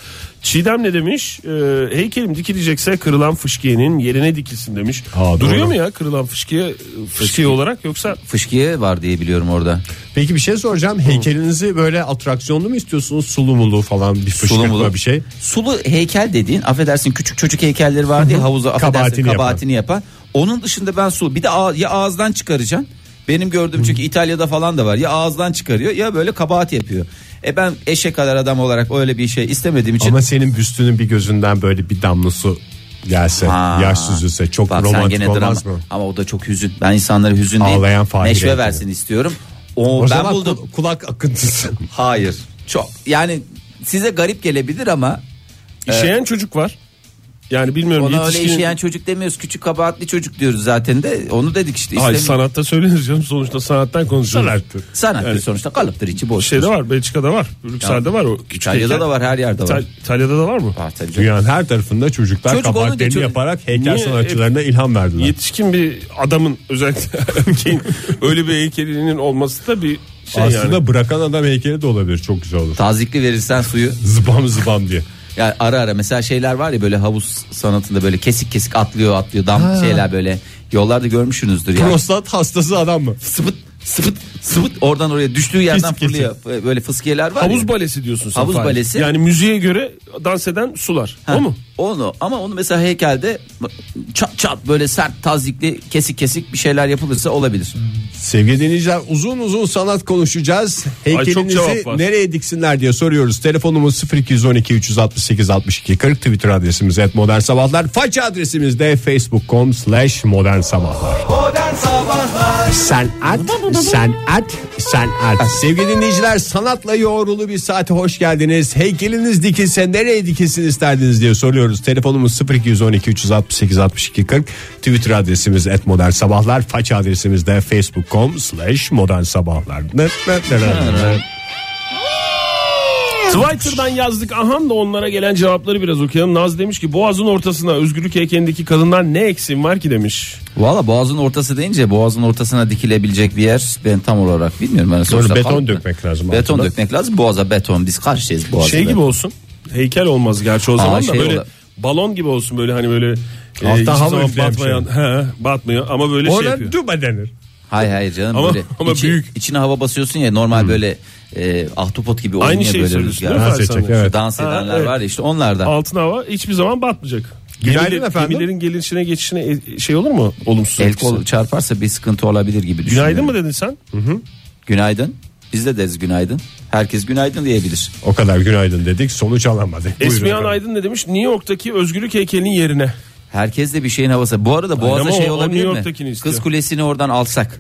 Çiğdem ne demiş? Ee, heykelim dikilecekse kırılan fışkiyenin yerine dikilsin demiş.
Aa,
Duruyor
doğru.
mu ya kırılan fışkiye, fışkiye olarak yoksa
Fışkiye var diye biliyorum orada.
Peki bir şey soracağım. Heykelinizi böyle atraksiyonlu mu istiyorsunuz? Sulu mulu falan bir fışkırtma
mulu.
bir şey.
Sulu heykel dediğin affedersin küçük çocuk heykelleri var diye havuza affedersin
Kabahatini
kabahatini,
yapar.
yapar. Onun dışında ben sulu bir de ağ- ya ağızdan çıkaracaksın. Benim gördüğüm çünkü İtalya'da falan da var. Ya ağızdan çıkarıyor ya böyle kabahat yapıyor. E ben eşek kadar adam olarak öyle bir şey istemediğim için
Ama senin büstünün bir gözünden böyle bir damla su gelse,
Ha.
yaş süzülse çok
Bak sen
romantik
gene
olmaz
drama-
mı?
Ama o da çok hüzün. Ben insanlara hüzün
Ağlayan
değil,
Fahir
neşve
heykeli.
versin istiyorum. O,
O
ben
zaman
buldum.
kul- kulak akıntısı.
Hayır. Çok. Yani size garip gelebilir ama
E,
İşeyen çocuk var. Yani bilmiyorum
ona öyle
yetişkin-
işeyen çocuk demiyoruz. Küçük kabahatli çocuk diyoruz zaten de. Onu dedik işte.
Ay
istemiyorum.
sanatta söylenir canım sonuçta sanattan konuşuyoruz.
Sanattır.
Sanat bir
Yani-
sonuçta kalıptır içi boş.
Şeyde Şey var Belçika'da var. Brüksel'de var o küçük
İtalya'da
heykel.
da var her yerde var.
İtal- İtalya'da da var mı?
Ah, tabii canım.
Dünyanın her tarafında çocuklar
Çocuk olunca
kabahatlerini
çocuk-
yaparak heykel
Niye?
sanatçılarına ilham verdiler.
Yetişkin bir adamın özellikle erkeğin öyle bir heykelinin olması da bir şey
Aslında
yani.
bırakan adam heykeli de olabilir. Çok güzel olur.
Tazikli verirsen suyu.
Zıbam zıbam diye.
Yani ara ara mesela şeyler var ya böyle havuz sanatında böyle kesik kesik atlıyor atlıyor dam şeyler böyle. Yollarda görmüşsünüzdür yani.
Prostat hastası adam mı?
sıvıt sıvıt sıvıt oradan oraya düştüğü yerden
Kesik
fırlıyor. Böyle fıskiyeler var
Havuz
ya.
balesi diyorsun sen.
Havuz
Fahir.
balesi.
Yani müziğe göre dans eden sular.
Ha,
O mu?
Onu ama onu mesela heykelde çat çat böyle sert tazikli kesik kesik bir şeyler yapılırsa olabilir.
Sevgili dinleyiciler uzun uzun sanat konuşacağız.
çok
Heykelinizi
cevap var.
nereye diksinler diye soruyoruz. Telefonumuz 0212 368 62 40 Twitter adresimiz et modern sabahlar. Faça adresimiz de facebook.com slash modern sabahlar. Sanat, sanat, sanat. Sevgili dinleyiciler sanatla yoğrulu bir saate hoş geldiniz. Heykeliniz dikilse nereye dikilsin isterdiniz diye soruyoruz. Telefonumuz 0212 368 62 40. Twitter adresimiz et modern sabahlar. Faça adresimiz de facebook.com slash modern sabahlar.
Twitter'dan yazdık ahan da onlara gelen cevapları biraz okuyalım. Naz demiş ki boğazın ortasına özgürlük heykelindeki kadından ne eksiğim var ki demiş.
Valla boğazın ortası deyince boğazın ortasına dikilebilecek bir yer ben tam olarak bilmiyorum. Yani sonuçta
beton
halk-
dökmek lazım
Beton
altına.
dökmek lazım. Boğaza beton biz karşıyız boğaza.
Şey gibi olsun. Heykel olmaz gerçi o zaman
şey
da böyle
ola-
balon gibi olsun böyle hani böyle e,
Altta
hiçbir
hava
zaman
üfleyen bir şey.
batmayan, he, batmıyor ama böyle şey yapıyor.
Ona duba denir.
Hayır hayır canım
Ama-
böyle
ama
içi-
büyük. Hmm.
içine hava basıyorsun ya normal böyle e, ahtapot gibi oynuyor
Aynı şeyi
böyle
söylüyorsun
rüzgar.
değil mi
Dans
Fahri
edecek,
sen de?
evet.
Dans edenler
Ha, evet.
var ya işte onlardan.
Altın hava hiçbir zaman batmayacak.
Günaydın
Gemiler-
efendim.
Gemilerin gelişine geçişine e, şey olur mu olumsuz?
El
etkisi?
kol çarparsa bir sıkıntı olabilir gibi düşünüyorum.
Günaydın mı dedin sen?
Günaydın. Biz de deriz günaydın. Herkes günaydın diyebilir.
O kadar günaydın dedik sonuç alamadık. Buyurun
Esmihan
efendim.
Aydın ne demiş? New York'taki özgürlük heykelinin yerine.
Herkes de bir şeyin havası. Bu arada Boğaz'a
ama
şey
o- o
olabilir
New
mi?
York'takini istiyor.
Kız Kulesi'ni oradan alsak.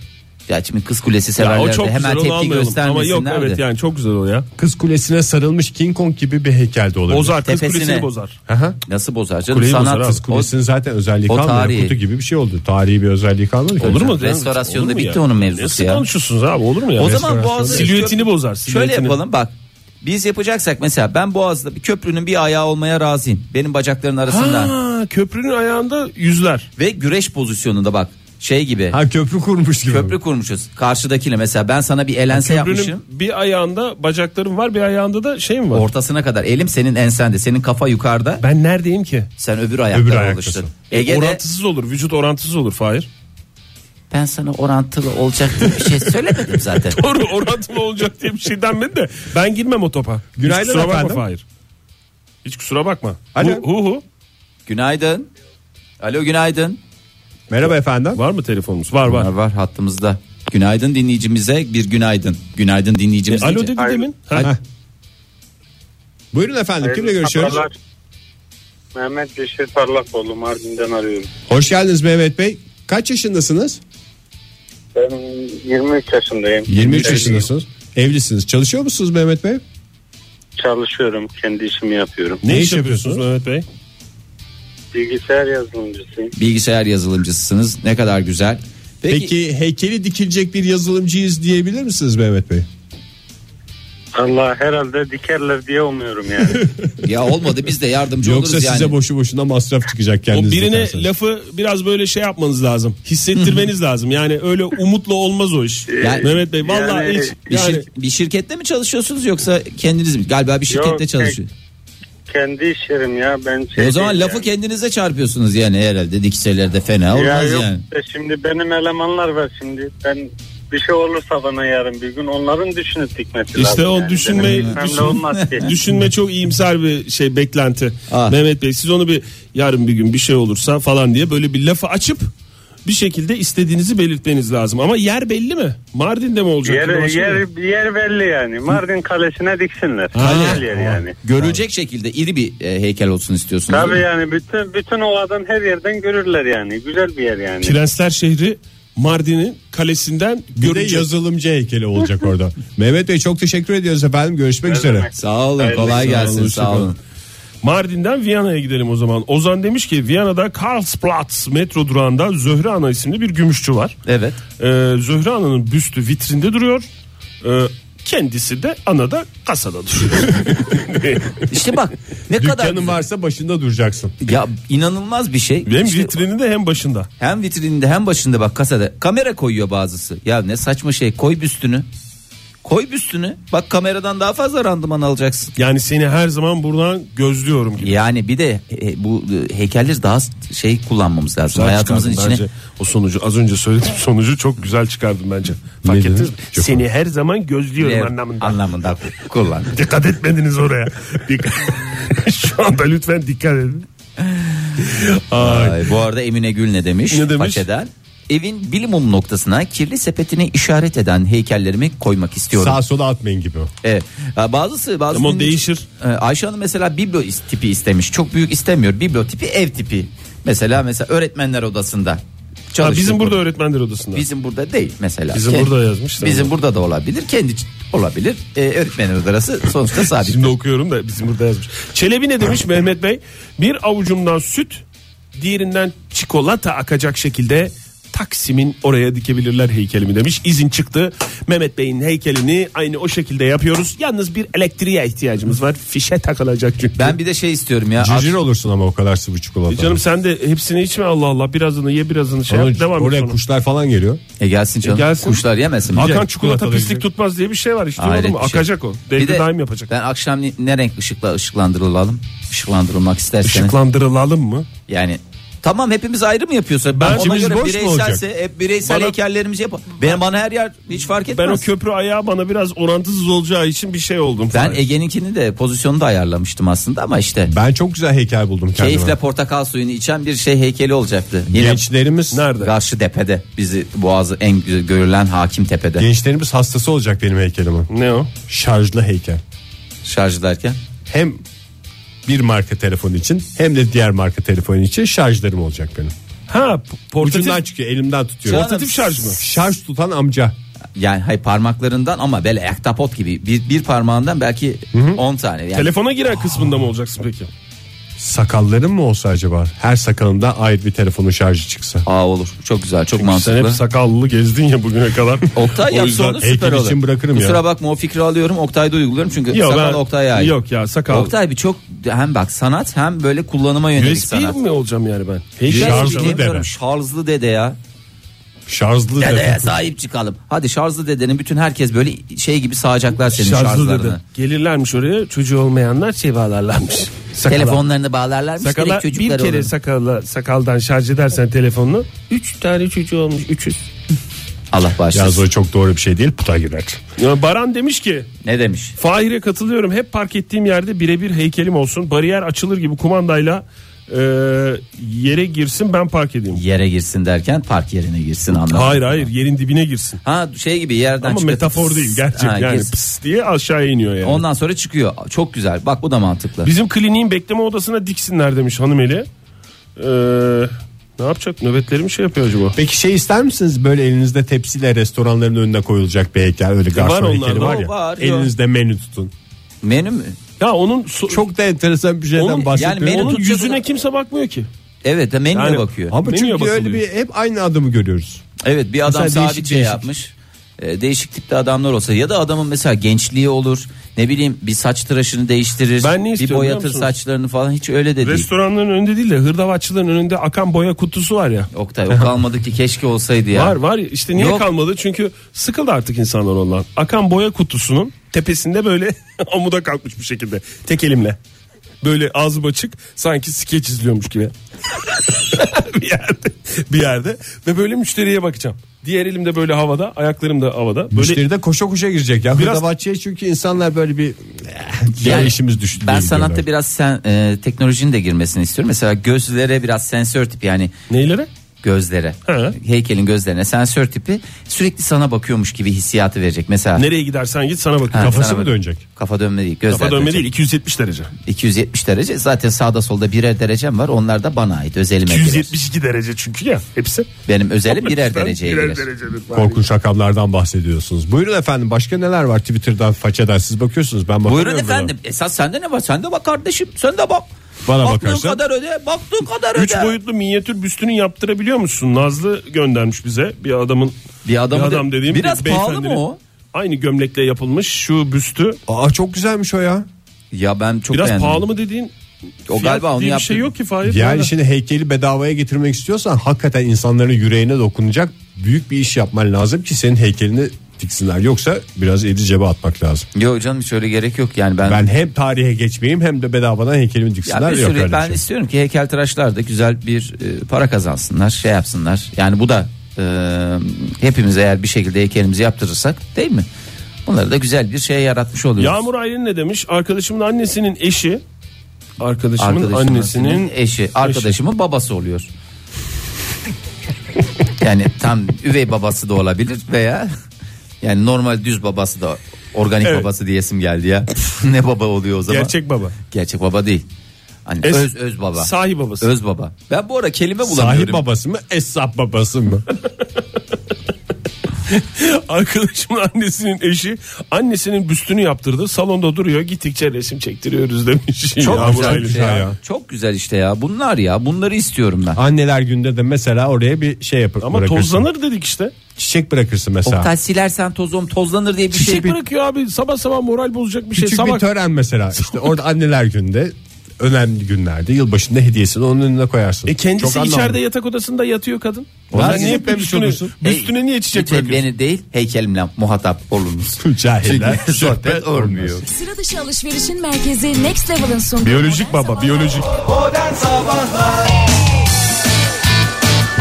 Ya şimdi Kız Kulesi
Ya, o
severler
çok
de hemen
güzel onu
tepki
almayalım. Ama yok
göstermesinler
evet
de.
yani çok güzel o ya.
Kız kulesine sarılmış King Kong gibi bir heykel de olabilir.
Bozar kız
Tepesine.
kulesini bozar.
Aha.
Nasıl bozar canım?
Kuleyi
Sanat.
bozar abi. Kız kulesinin
O-
zaten özelliği
o
kalmadı.
tarihi.
Kutu gibi bir şey oldu. Tarihi bir özelliği kalmadı. ki.
Olur mu?
Restorasyonda
Olur mu
bitti
ya?
onun mevzusu
Nasıl
ya.
konuşuyorsunuz abi olur mu ya?
o zaman
Restorasyon.
Boğaz'ı
Silüetini bozar.
Şöyle
silüetini.
yapalım bak. Biz yapacaksak mesela ben Boğaz'da bir köprünün bir ayağı olmaya razıyım. Benim bacakların arasından.
Ha, köprünün ayağında yüzler.
Ve güreş pozisyonunda bak. Şey gibi.
Ha köprü kurmuş gibi.
Köprü kurmuşuz. Karşıdakiyle mesela ben sana bir elense yapmışım.
Köprünün bir ayağında bacaklarım var bir ayağında da şeyim var.
Ortasına kadar. Elim senin ensende. Senin kafa yukarıda.
ben neredeyim ki?
Sen öbür ayakta
ayaktasın.
oluştun. Ege'de
Orantısız olur. Vücut orantısız olur Fahir.
ben sana orantılı olacak diye bir şey söylemedim zaten.
Doğru orantılı olacak diye bir şey denmedi de. Ben girmem o topa.
Günaydın
Hiç kusura
efendim.
bakma Fahir. Hiç kusura bakma.
Alo.
Hu, hu hu.
günaydın. Alo günaydın.
Merhaba efendim.
Var mı telefonumuz? Var var.
Var var hattımızda. Günaydın dinleyicimize bir günaydın. Günaydın dinleyicimize.
E, Alo dedi
Alo.
demin. Ha,
Hadi.
Buyurun efendim. Kimle görüşüyoruz?
Merhabalar. Mehmet Beşir Parlakoğlu Mardin'den arıyorum.
Hoş geldiniz Mehmet Bey. Kaç yaşındasınız?
Ben 23 yaşındayım.
23 yaşındasınız. Evlisiniz. Çalışıyor musunuz Mehmet Bey?
Çalışıyorum. Kendi işimi yapıyorum.
Ne,
Ne
iş
iş
yapıyorsunuz Mehmet Bey?
Bilgisayar yazılımcısıyım.
Bilgisayar yazılımcısısınız. Ne kadar güzel. Peki,
Peki, heykeli dikilecek bir yazılımcıyız diyebilir misiniz Mehmet Bey?
Allah herhalde dikerler diye umuyorum yani.
ya olmadı biz de yardımcı
Yoksa
oluruz yani.
size boşu boşuna masraf çıkacak
O
kendiniz.
birine
bakarsanız.
lafı biraz böyle şey yapmanız lazım. Hissettirmeniz lazım. Yani öyle umutla olmaz o iş.
Yani-
Mehmet Bey vallahi
Yani-
hiç.
bir, şir-
yani-
bir şirkette mi çalışıyorsunuz yoksa kendiniz mi? Galiba bir şirkette
Yok,
çalışıyor.
Kendi iş yerim ya. Ben şey
o zaman
değil
lafı
yani.
kendinize çarpıyorsunuz yani herhalde dikselerde fena olmaz
ya yok
yani.
da şimdi benim elemanlar var şimdi. Ben bir şey olursa bana yarın bir gün onların düşünüp dikmesi lazım.
İşte o
yani.
düşünmeyi-
Benim düşünmem de
düşün-
olmaz ki.
Düşünme çok iyimser bir şey beklenti.
Ah.
Mehmet Bey siz onu bir yarın bir gün bir şey olursa falan diye böyle bir lafı açıp bir şekilde istediğinizi belirtmeniz lazım. Ama yer belli mi? Mardin'de mi olacak?
Yer,
Burada başka bir-
yer, yer belli yani. Mardin Kalesi'ne diksinler. Güzel yer yani.
Görülecek şekilde iri bir e, heykel olsun istiyorsunuz.
Tabii
değil mi?
yani bütün bütün ovadan her yerden görürler yani. Güzel bir yer yani.
Prensler şehri Mardin'in kalesinden
Bir de
görünce
yazılımcı heykeli olacak orada. Mehmet Bey çok teşekkür ediyoruz efendim. Görüşmek üzere.
demek.
Sağ olun
Hayırlı
kolay
işler,
gelsin sağ olun.
Mardin'den Viyana'ya gidelim o zaman. Ozan demiş ki Viyana'da Karlsplatz metro durağında Zöhre Ana isimli bir gümüşçü var.
Evet.
Ee, Zöhre Ana'nın büstü vitrinde duruyor. Ee, kendisi de ana da kasada duruyor.
İşte bak ne kadar
Dükkanın varsa başında duracaksın.
ya inanılmaz bir şey.
Hem
İşte
vitrininde hem başında.
hem vitrininde hem başında bak kasada kamera koyuyor bazısı. Ya ne saçma şey koy büstünü. Koy büstünü. Bak kameradan daha fazla randıman alacaksın.
Yani seni her zaman buradan gözlüyorum gibi.
Yani bir de e, bu e, heykelleri daha şey kullanmamız lazım. Hayatımızın
çıkardın
içine.
bence. o sonucu az önce söyledim sonucu çok güzel çıkardım bence. Fark
Ne
ettiniz
dedin?
mi?
Çok
Seni her zaman gözlüyorum
Evet,
anlamında.
anlamında kullan.
Dikkat etmediniz oraya. Dikkat- Şu anda lütfen dikkat edin. Ay.
Ay, bu arada Emine Gül ne demiş?
Ne demiş?
Façeden, Evin bilimum noktasına kirli sepetini işaret eden heykellerimi koymak istiyorum.
Sağa sola atmayın gibi.
Evet. Ha, Bazısı bazı
Ama o
dinleyici-
değişir.
Ee, Ayşe Hanım mesela biblo is- tipi istemiş. Çok büyük istemiyor. Biblo tipi ev tipi. Mesela mesela öğretmenler odasında.
Ha,
Çalıştık
bizim burada
burada.
öğretmenler odasında.
Bizim burada değil mesela.
Bizim burada yazmış da.
Bizim burada da olabilir. Kendi ç- olabilir. Ee, öğretmenler odası sonuçta sabit.
Şimdi okuyorum da bizim burada yazmış. Çelebi ne demiş Mehmet Bey? Bir avucumdan süt, diğerinden çikolata akacak şekilde Taksim'in oraya dikebilirler heykelimi demiş. İzin çıktı. Mehmet Bey'in heykelini aynı o şekilde yapıyoruz. Yalnız bir elektriğe ihtiyacımız var. Fişe takılacak çünkü. E
Ben bir de şey istiyorum ya.
Cicir olursun ama o kadar sıvı çikolata.
Canım sen de hepsini içme Allah Allah. Birazını ye birazını şey yap.
Onun-
Devam et
oraya
sonra.
kuşlar falan geliyor.
E gelsin canım.
E gelsin.
Kuşlar yemesin. mi?
Akan
Yiyecek,
çikolata
çikolata
pislik
verecek.
tutmaz diye bir şey var işte
Hayret
anladın mı?
bir şey.
Akacak o.
Bir
Devre
de
daim yapacak.
Ben akşam ne- ne renk ışıkla ışıklandırılalım? Işıklandırılmak isterseniz.
Işıklandırılalım mı?
Yani tamam hepimiz ayrı mı yapıyorsa ben ona
İçimiz
göre
boş mu
bireyselse hep bireysel
Bana-
heykellerimizi yapalım. Ben bana her yer hiç fark etmez.
Ben
Ben,
o köprü ayağı bana biraz orantısız olacağı için bir şey oldum. falan.
Ege'ninkini de pozisyonu da ayarlamıştım aslında ama işte
Ben çok güzel heykel buldum kendime.
keyifle portakal suyunu içen bir şey heykeli olacaktı. Yine
Gençlerimiz
Nerede?
karşı tepede bizi boğazı en güzel görülen hakim tepede.
gençlerimiz hastası olacak benim heykelimin.
Ne o?
Şarjlı heykel.
Şarj ederken
Hem bir marka telefon için hem de diğer marka telefon için şarjlarım olacak benim.
Ha portatif.
Ucundan çıkıyor elimden tutuyorum.
Canım.
Portatif şarj mı?
Şarj tutan amca.
yani hay parmaklarından ama böyle ektapot gibi bir, bir parmağından belki 10 tane. Yani
Telefona giren kısmında mı olacaksın peki?
Sakallarım mı olsa acaba? Her sakalımda ayrı bir telefonun şarjı çıksa.
Aa olur. Çok güzel, çok mantıklı.
Sen hep sakallı gezdin ya bugüne kadar.
Oktay yapsa onu süper
heykel
olur.
için bırakırım ya.
Kusura bakma o fikri alıyorum. Oktay'da uyguluyorum çünkü
Yok,
sakal
ben-
Oktay'a ait.
Yok ya, sakal.
Oktay bir çok hem bak sanat hem böyle kullanıma yönelik
USB
sanat.
mi olacağım yani ben?
USB
Heykel
Şarjlı
olacağım.
demiyorum,
deve.
Şarjlı dede ya.
Şarjlı
Dedeye
telefon.
sahip çıkalım. Hadi şarjlı dedenin bütün herkes böyle şey gibi sağacaklar senin
Şarjlı
şarjlarını.
dedi. Gelirlermiş oraya çocuğu olmayanlar şey bağlarlarmış. Sakala.
Telefonlarını bağlarlarmış
Sakala
direkt
bir
çocuklar
kere
olur.
sakala, sakaldan şarj edersen telefonunu 3 tane çocuğu olmuş 300.
Allah
Yalnız
bağışlasın.
o çok doğru bir şey değil. Puta girer.
Ya Baran demiş ki
Ne demiş?
Fahir'e katılıyorum. Hep park ettiğim yerde birebir heykelim olsun. Bariyer açılır gibi kumandayla e, yere girsin ben park edeyim.
Yere girsin derken park yerine girsin anlamı.
Hayır hayır yerin dibine girsin.
Ha şey gibi yerden
Ama
çıkıyor.
metafor değil gerçek
Ha,
yani
girsin.
pıs diye aşağıya iniyor yani.
Ondan sonra çıkıyor. Çok güzel. Bak bu da mantıklı.
Bizim kliniğin bekleme odasına diksinler demiş hanım eli. E, ne yapacak nöbetleri mi şey yapıyor acaba?
Peki şey ister misiniz böyle elinizde tepsiyle restoranların önüne koyulacak bir heykel öyle garson
onlar
heykeli
da.
var ya.
E O var, yok.
elinizde menü tutun.
Menü mü?
Ya onun so-
Çok da enteresan bir
Onun-
şeyden
yani menü
bahsediyorum.
onun
tutacak
yüzüne
olan-
kimse bakmıyor ki.
Evet de menüye
Yani-
bakıyor.
Ama
menüye
çünkü öyle
basılıyor.
bir hep aynı adamı görüyoruz.
Evet bir adam
Mesela
sabit
değişik-
şey
değişik.
yapmış. Ee, değişik tipte adamlar olsa ya da adamın mesela gençliği olur. Ne bileyim bir saç tıraşını değiştirir.
Ben ne
bir
istiyorum biliyor
boyatır
musunuz?
saçlarını falan hiç öyle de değil.
Restoranların önünde değil de hırdavatçıların önünde akan boya kutusu var ya.
Oktay o kalmadı ki keşke olsaydı ya.
Var var işte niye
Yok.
kalmadı? Çünkü sıkıldı artık insanlar ondan. Akan boya kutusunun tepesinde böyle amuda kalkmış bir şekilde tek elimle. Böyle ağzım açık sanki skeç izliyormuş gibi. bir yerde bir yerde ve böyle müşteriye bakacağım. Diğer elimde böyle havada, ayaklarım da havada. Böyle
Müşteri de koşa koşa girecek ya.
Biraz-
Biraz... çünkü insanlar böyle bir yani,
Yani
işimiz düştü.
Ben
diye
sanatta
gidiyorlar.
biraz sen, e, teknolojinin de girmesini istiyorum. Mesela gözlere biraz sensör tipi yani
neylere?
gözlere.
He.
Heykelin gözlerine sensör tipi sürekli sana bakıyormuş gibi hissiyatı verecek. Mesela
Nereye gidersen git sana bak.
Ha,
Kafası
sana
mı
bak-
dönecek?
Kafa dönme değil. Gözler
Kafa dönme
dönecek.
değil 270 derece.
270 derece. Zaten sağda solda birer derecem var. Onlar da bana ait. Özelime girer.
272 derece çünkü ya hepsi.
Benim özelim birer
Lütfen
dereceye
birer
girer.
derecedir.
Korkunç rakamlardan bahsediyorsunuz. Buyurun efendim başka neler var Twitter'dan façadan siz bakıyorsunuz ben
Buyurun
bakamıyorum
efendim. Esas sende ne var? Sen de bak kardeşim. Sen de bak.
Bana
Baktığın
bakarsan.
kadar öde. Baktığın kadar öde.
Üç boyutlu minyatür büstünü yaptırabiliyor musun? Nazlı göndermiş bize bir adamın.
Bir adamı da-
adam dediğim
Biraz
bir
pahalı
beyefendinin
mı o?
Aynı gömlekle yapılmış şu büstü.
buna. Aa çok güzelmiş o ya.
Ya ben çok
Biraz
beğendim.
pahalı mı dediğin?
O
fiyat
galiba onu
diye bir şey
yaptı.
yok ki Fahir.
Yani şimdi heykeli bedavaya getirmek istiyorsan hakikaten insanların yüreğine dokunacak büyük bir iş yapman lazım ki senin heykelini diksinler. Yoksa biraz eli cebe atmak lazım.
Yok canım hiç öyle gerek yok yani ben.
Ben hem tarihe geçmeyeyim hem de bedavadan heykelimi
Ya
diksinler.
bir
yok
sürü-
öyle bir
ben
şey.
istiyorum ki heykeltıraşlar da güzel bir e, para kazansınlar, şey yapsınlar. Yani bu da e, hepimiz eğer bir şekilde heykelimizi yaptırırsak değil mi? Bunları da güzel bir şey yaratmış oluyoruz.
Yağmur Aylin ne demiş? Arkadaşımın annesinin eşi. Arkadaşımın
Arkadaşımın
annesinin
eşi, arkadaşımın babası oluyor. yani tam üvey babası da olabilir veya yani normal düz babası da organik
Evet.
babası diyesim geldi ya. ne baba oluyor o zaman?
gerçek baba.
Gerçek baba değil. Hani
Es-
öz öz baba.
Sahi babası.
Öz baba. Ben bu ara kelime bulamıyorum.
Sahip babası mı? Esnaf babası mı?
Arkadaşımın annesinin eşi annesinin büstünü yaptırdı. Salonda duruyor. Gittikçe resim çektiriyoruz demiş.
Çok
Yağmur
güzel
Aylin.
işte ya. Çok güzel işte ya. Bunlar ya. Bunları istiyorum ben.
Anneler günde de mesela oraya bir şey yapıp
Ama
bırakırsın.
tozlanır dedik işte.
Çiçek bırakırsın mesela.
Oktay silersen tozum tozlanır diye bir
Çiçek
şey.
bırakıyor abi. Sabah sabah moral bozacak bir şey.
Küçük
Sabah
bir tören mesela. İşte orada anneler günde önemli günlerde yılbaşında hediyesini onun önüne koyarsın.
E kendisi
Çok anlamlı.
içeride yatak odasında yatıyor kadın.
Ondan
Sen niye
gitmemiş
üstüne,
olursun.
üstüne niye çiçek
Lütfen
bırakıyorsun?
beni değil heykelimle muhatap olunuz.
Cahiller.
Sohbet olmuyor.
Sıra dışı alışverişin merkezi Next Level'ın sunduğu
Biyolojik
Modern
baba
Sabahlar.
biyolojik.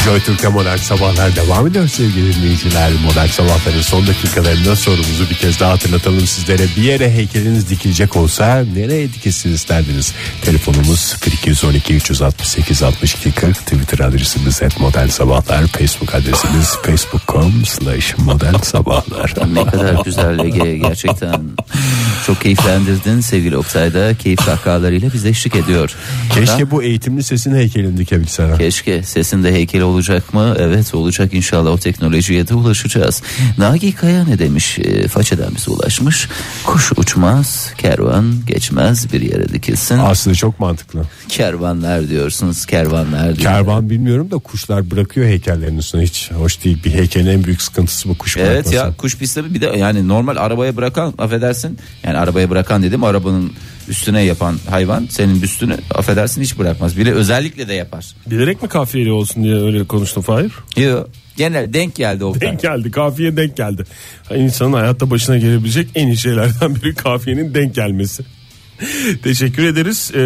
Joy Türk'e modern sabahlar devam ediyor sevgili dinleyiciler. Modern sabahların son dakikalarında sorumuzu bir kez daha hatırlatalım sizlere. Bir yere heykeliniz dikilecek olsa nereye dikesin isterdiniz? Telefonumuz 0212 368 62 40 Twitter adresimiz et modern sabahlar. Facebook adresimiz facebook.com slash modern sabahlar.
Ne kadar güzel Ege gerçekten. Çok keyiflendirdin sevgili Oktay da keyif kahkahalarıyla bize eşlik ediyor.
Keşke bu eğitimli sesin heykelini dikebilsen. ha.
Keşke sesinde heykel olacak mı? Evet olacak inşallah o teknolojiye de ulaşacağız. Nagi Kaya ne demiş? E, façeden bize ulaşmış. Kuş uçmaz, kervan geçmez bir yere dikilsin.
Aslında çok mantıklı.
Kervanlar diyorsunuz, kervanlar diyor.
Kervan bilmiyorum da kuşlar bırakıyor heykellerin üstüne hiç hoş değil. Bir heykelin en büyük sıkıntısı bu kuş
Evet
bırakması.
ya kuş pislemi bir de yani normal arabaya bırakan affedersin. Yani arabaya bırakan dedim arabanın üstüne yapan hayvan senin üstünü affedersin hiç bırakmaz. Bile özellikle de yapar.
Bilerek mi kafiyeli olsun diye öyle konuştun Fahir?
Yo, genel denk geldi o.
Denk geldi kafiye denk geldi. İnsanın hayatta başına gelebilecek en iyi şeylerden biri kafiyenin denk gelmesi. Teşekkür ederiz ee,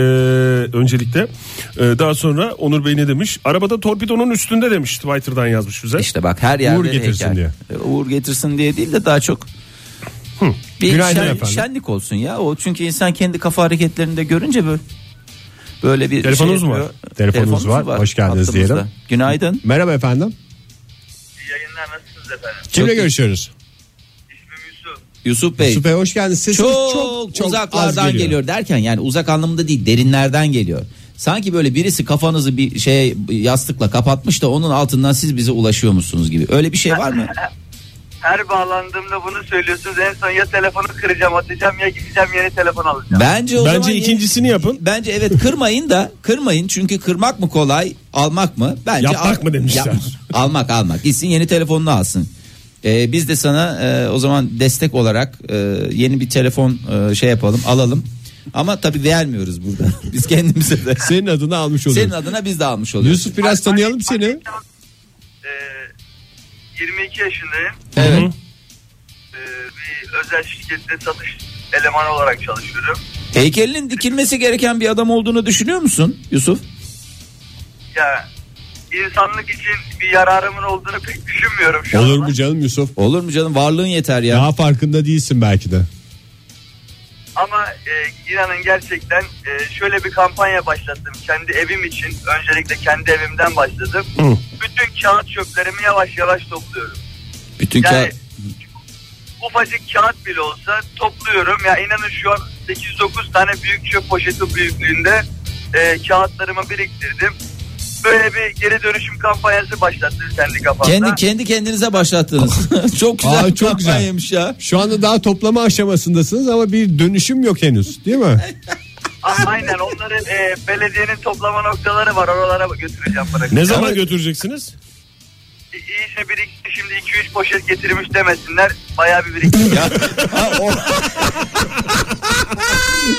öncelikle. Ee, daha sonra Onur Bey ne demiş? Arabada torpidonun üstünde demiş Twitter'dan yazmış bize.
İşte bak her yerde
Uğur getirsin
heykel.
diye.
E, Uğur getirsin diye değil de daha çok bir
Günaydın
şen-
efendim.
şenlik olsun ya. O çünkü insan kendi kafa hareketlerini de görünce böyle böyle bir
Telefonunuz
şey
mu var?
yapıyor.
Telefonunuz var. Hoş geldiniz
hattımızda.
diyelim.
Günaydın.
Merhaba efendim.
Yayınlar nasılsınız efendim?
Kimle
Çok-
görüşüyoruz?
İsmim Yusuf.
Yusuf Bey.
Süper hoş geldiniz. Sesiniz
çok,
çok, çok, az
uzaklardan geliyor.
geliyor.
derken yani uzak anlamında değil derinlerden geliyor. Sanki böyle birisi kafanızı bir şey yastıkla kapatmış da onun altından siz bize ulaşıyor musunuz gibi. Öyle bir şey var mı?
Her bağlandığımda bunu söylüyorsunuz. En son ya telefonu kıracağım atacağım ya gideceğim yeni telefon alacağım.
Bence o
Bence
zaman
ikincisini yapın.
Bence evet kırmayın da kırmayın çünkü kırmak mı kolay almak mı? Bence
Yapmak mı demişler.
almak almak gitsin yeni telefonunu alsın. Ee, biz de sana e, o zaman destek olarak e, yeni bir telefon e, şey yapalım alalım. Ama tabii vermiyoruz burada. Biz kendimize de.
Senin adını almış
Senin
oluyoruz.
adına biz de almış oluyoruz.
Yusuf biraz tanıyalım seni.
Ee, 22 yaşındayım.
Evet.
Ee, bir özel şirkette satış elemanı olarak çalışıyorum.
Heykelinin dikilmesi gereken bir adam olduğunu düşünüyor musun Yusuf?
Ya insanlık için bir yararımın olduğunu pek düşünmüyorum şu
Olur
anda.
mu canım Yusuf?
Olur mu canım varlığın yeter ya.
Daha farkında değilsin belki de.
Ama e, inanın gerçekten e, şöyle bir kampanya başlattım. Kendi evim için öncelikle kendi evimden başladım. Bütün kağıt çöplerimi yavaş yavaş topluyorum.
Bütün
Yani
ka-
ufacık kağıt bile olsa topluyorum. Ya inanın şu an 8-9 tane büyük çöp poşeti büyüklüğünde e, kağıtlarımı biriktirdim. Böyle bir geri dönüşüm kampanyası başlattım kendi kafamda.
kendi kendi kendinize başlattınız. çok güzel.
Aa,
bir
çok güzel.
kampanyaymış ya.
Şu anda daha toplama aşamasındasınız ama bir dönüşüm yok henüz değil mi?
A- Aynen onların e, belediyenin toplama noktaları var. Oralara götüreceğim bırakın.
Ne zaman götüreceksiniz?
İ- İyice birikti şimdi 2-3 poşet getirmiş demesinler. Bayağı bir birikti.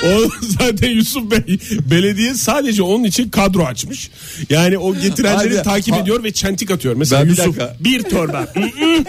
O zaten Yusuf Bey belediye sadece onun için kadro açmış. Yani o getirenleri
Abi,
takip
ha-
ediyor ve çentik atıyor. Mesela
Ben bir
Yusuf
dakika.
bir torba. Hı hı.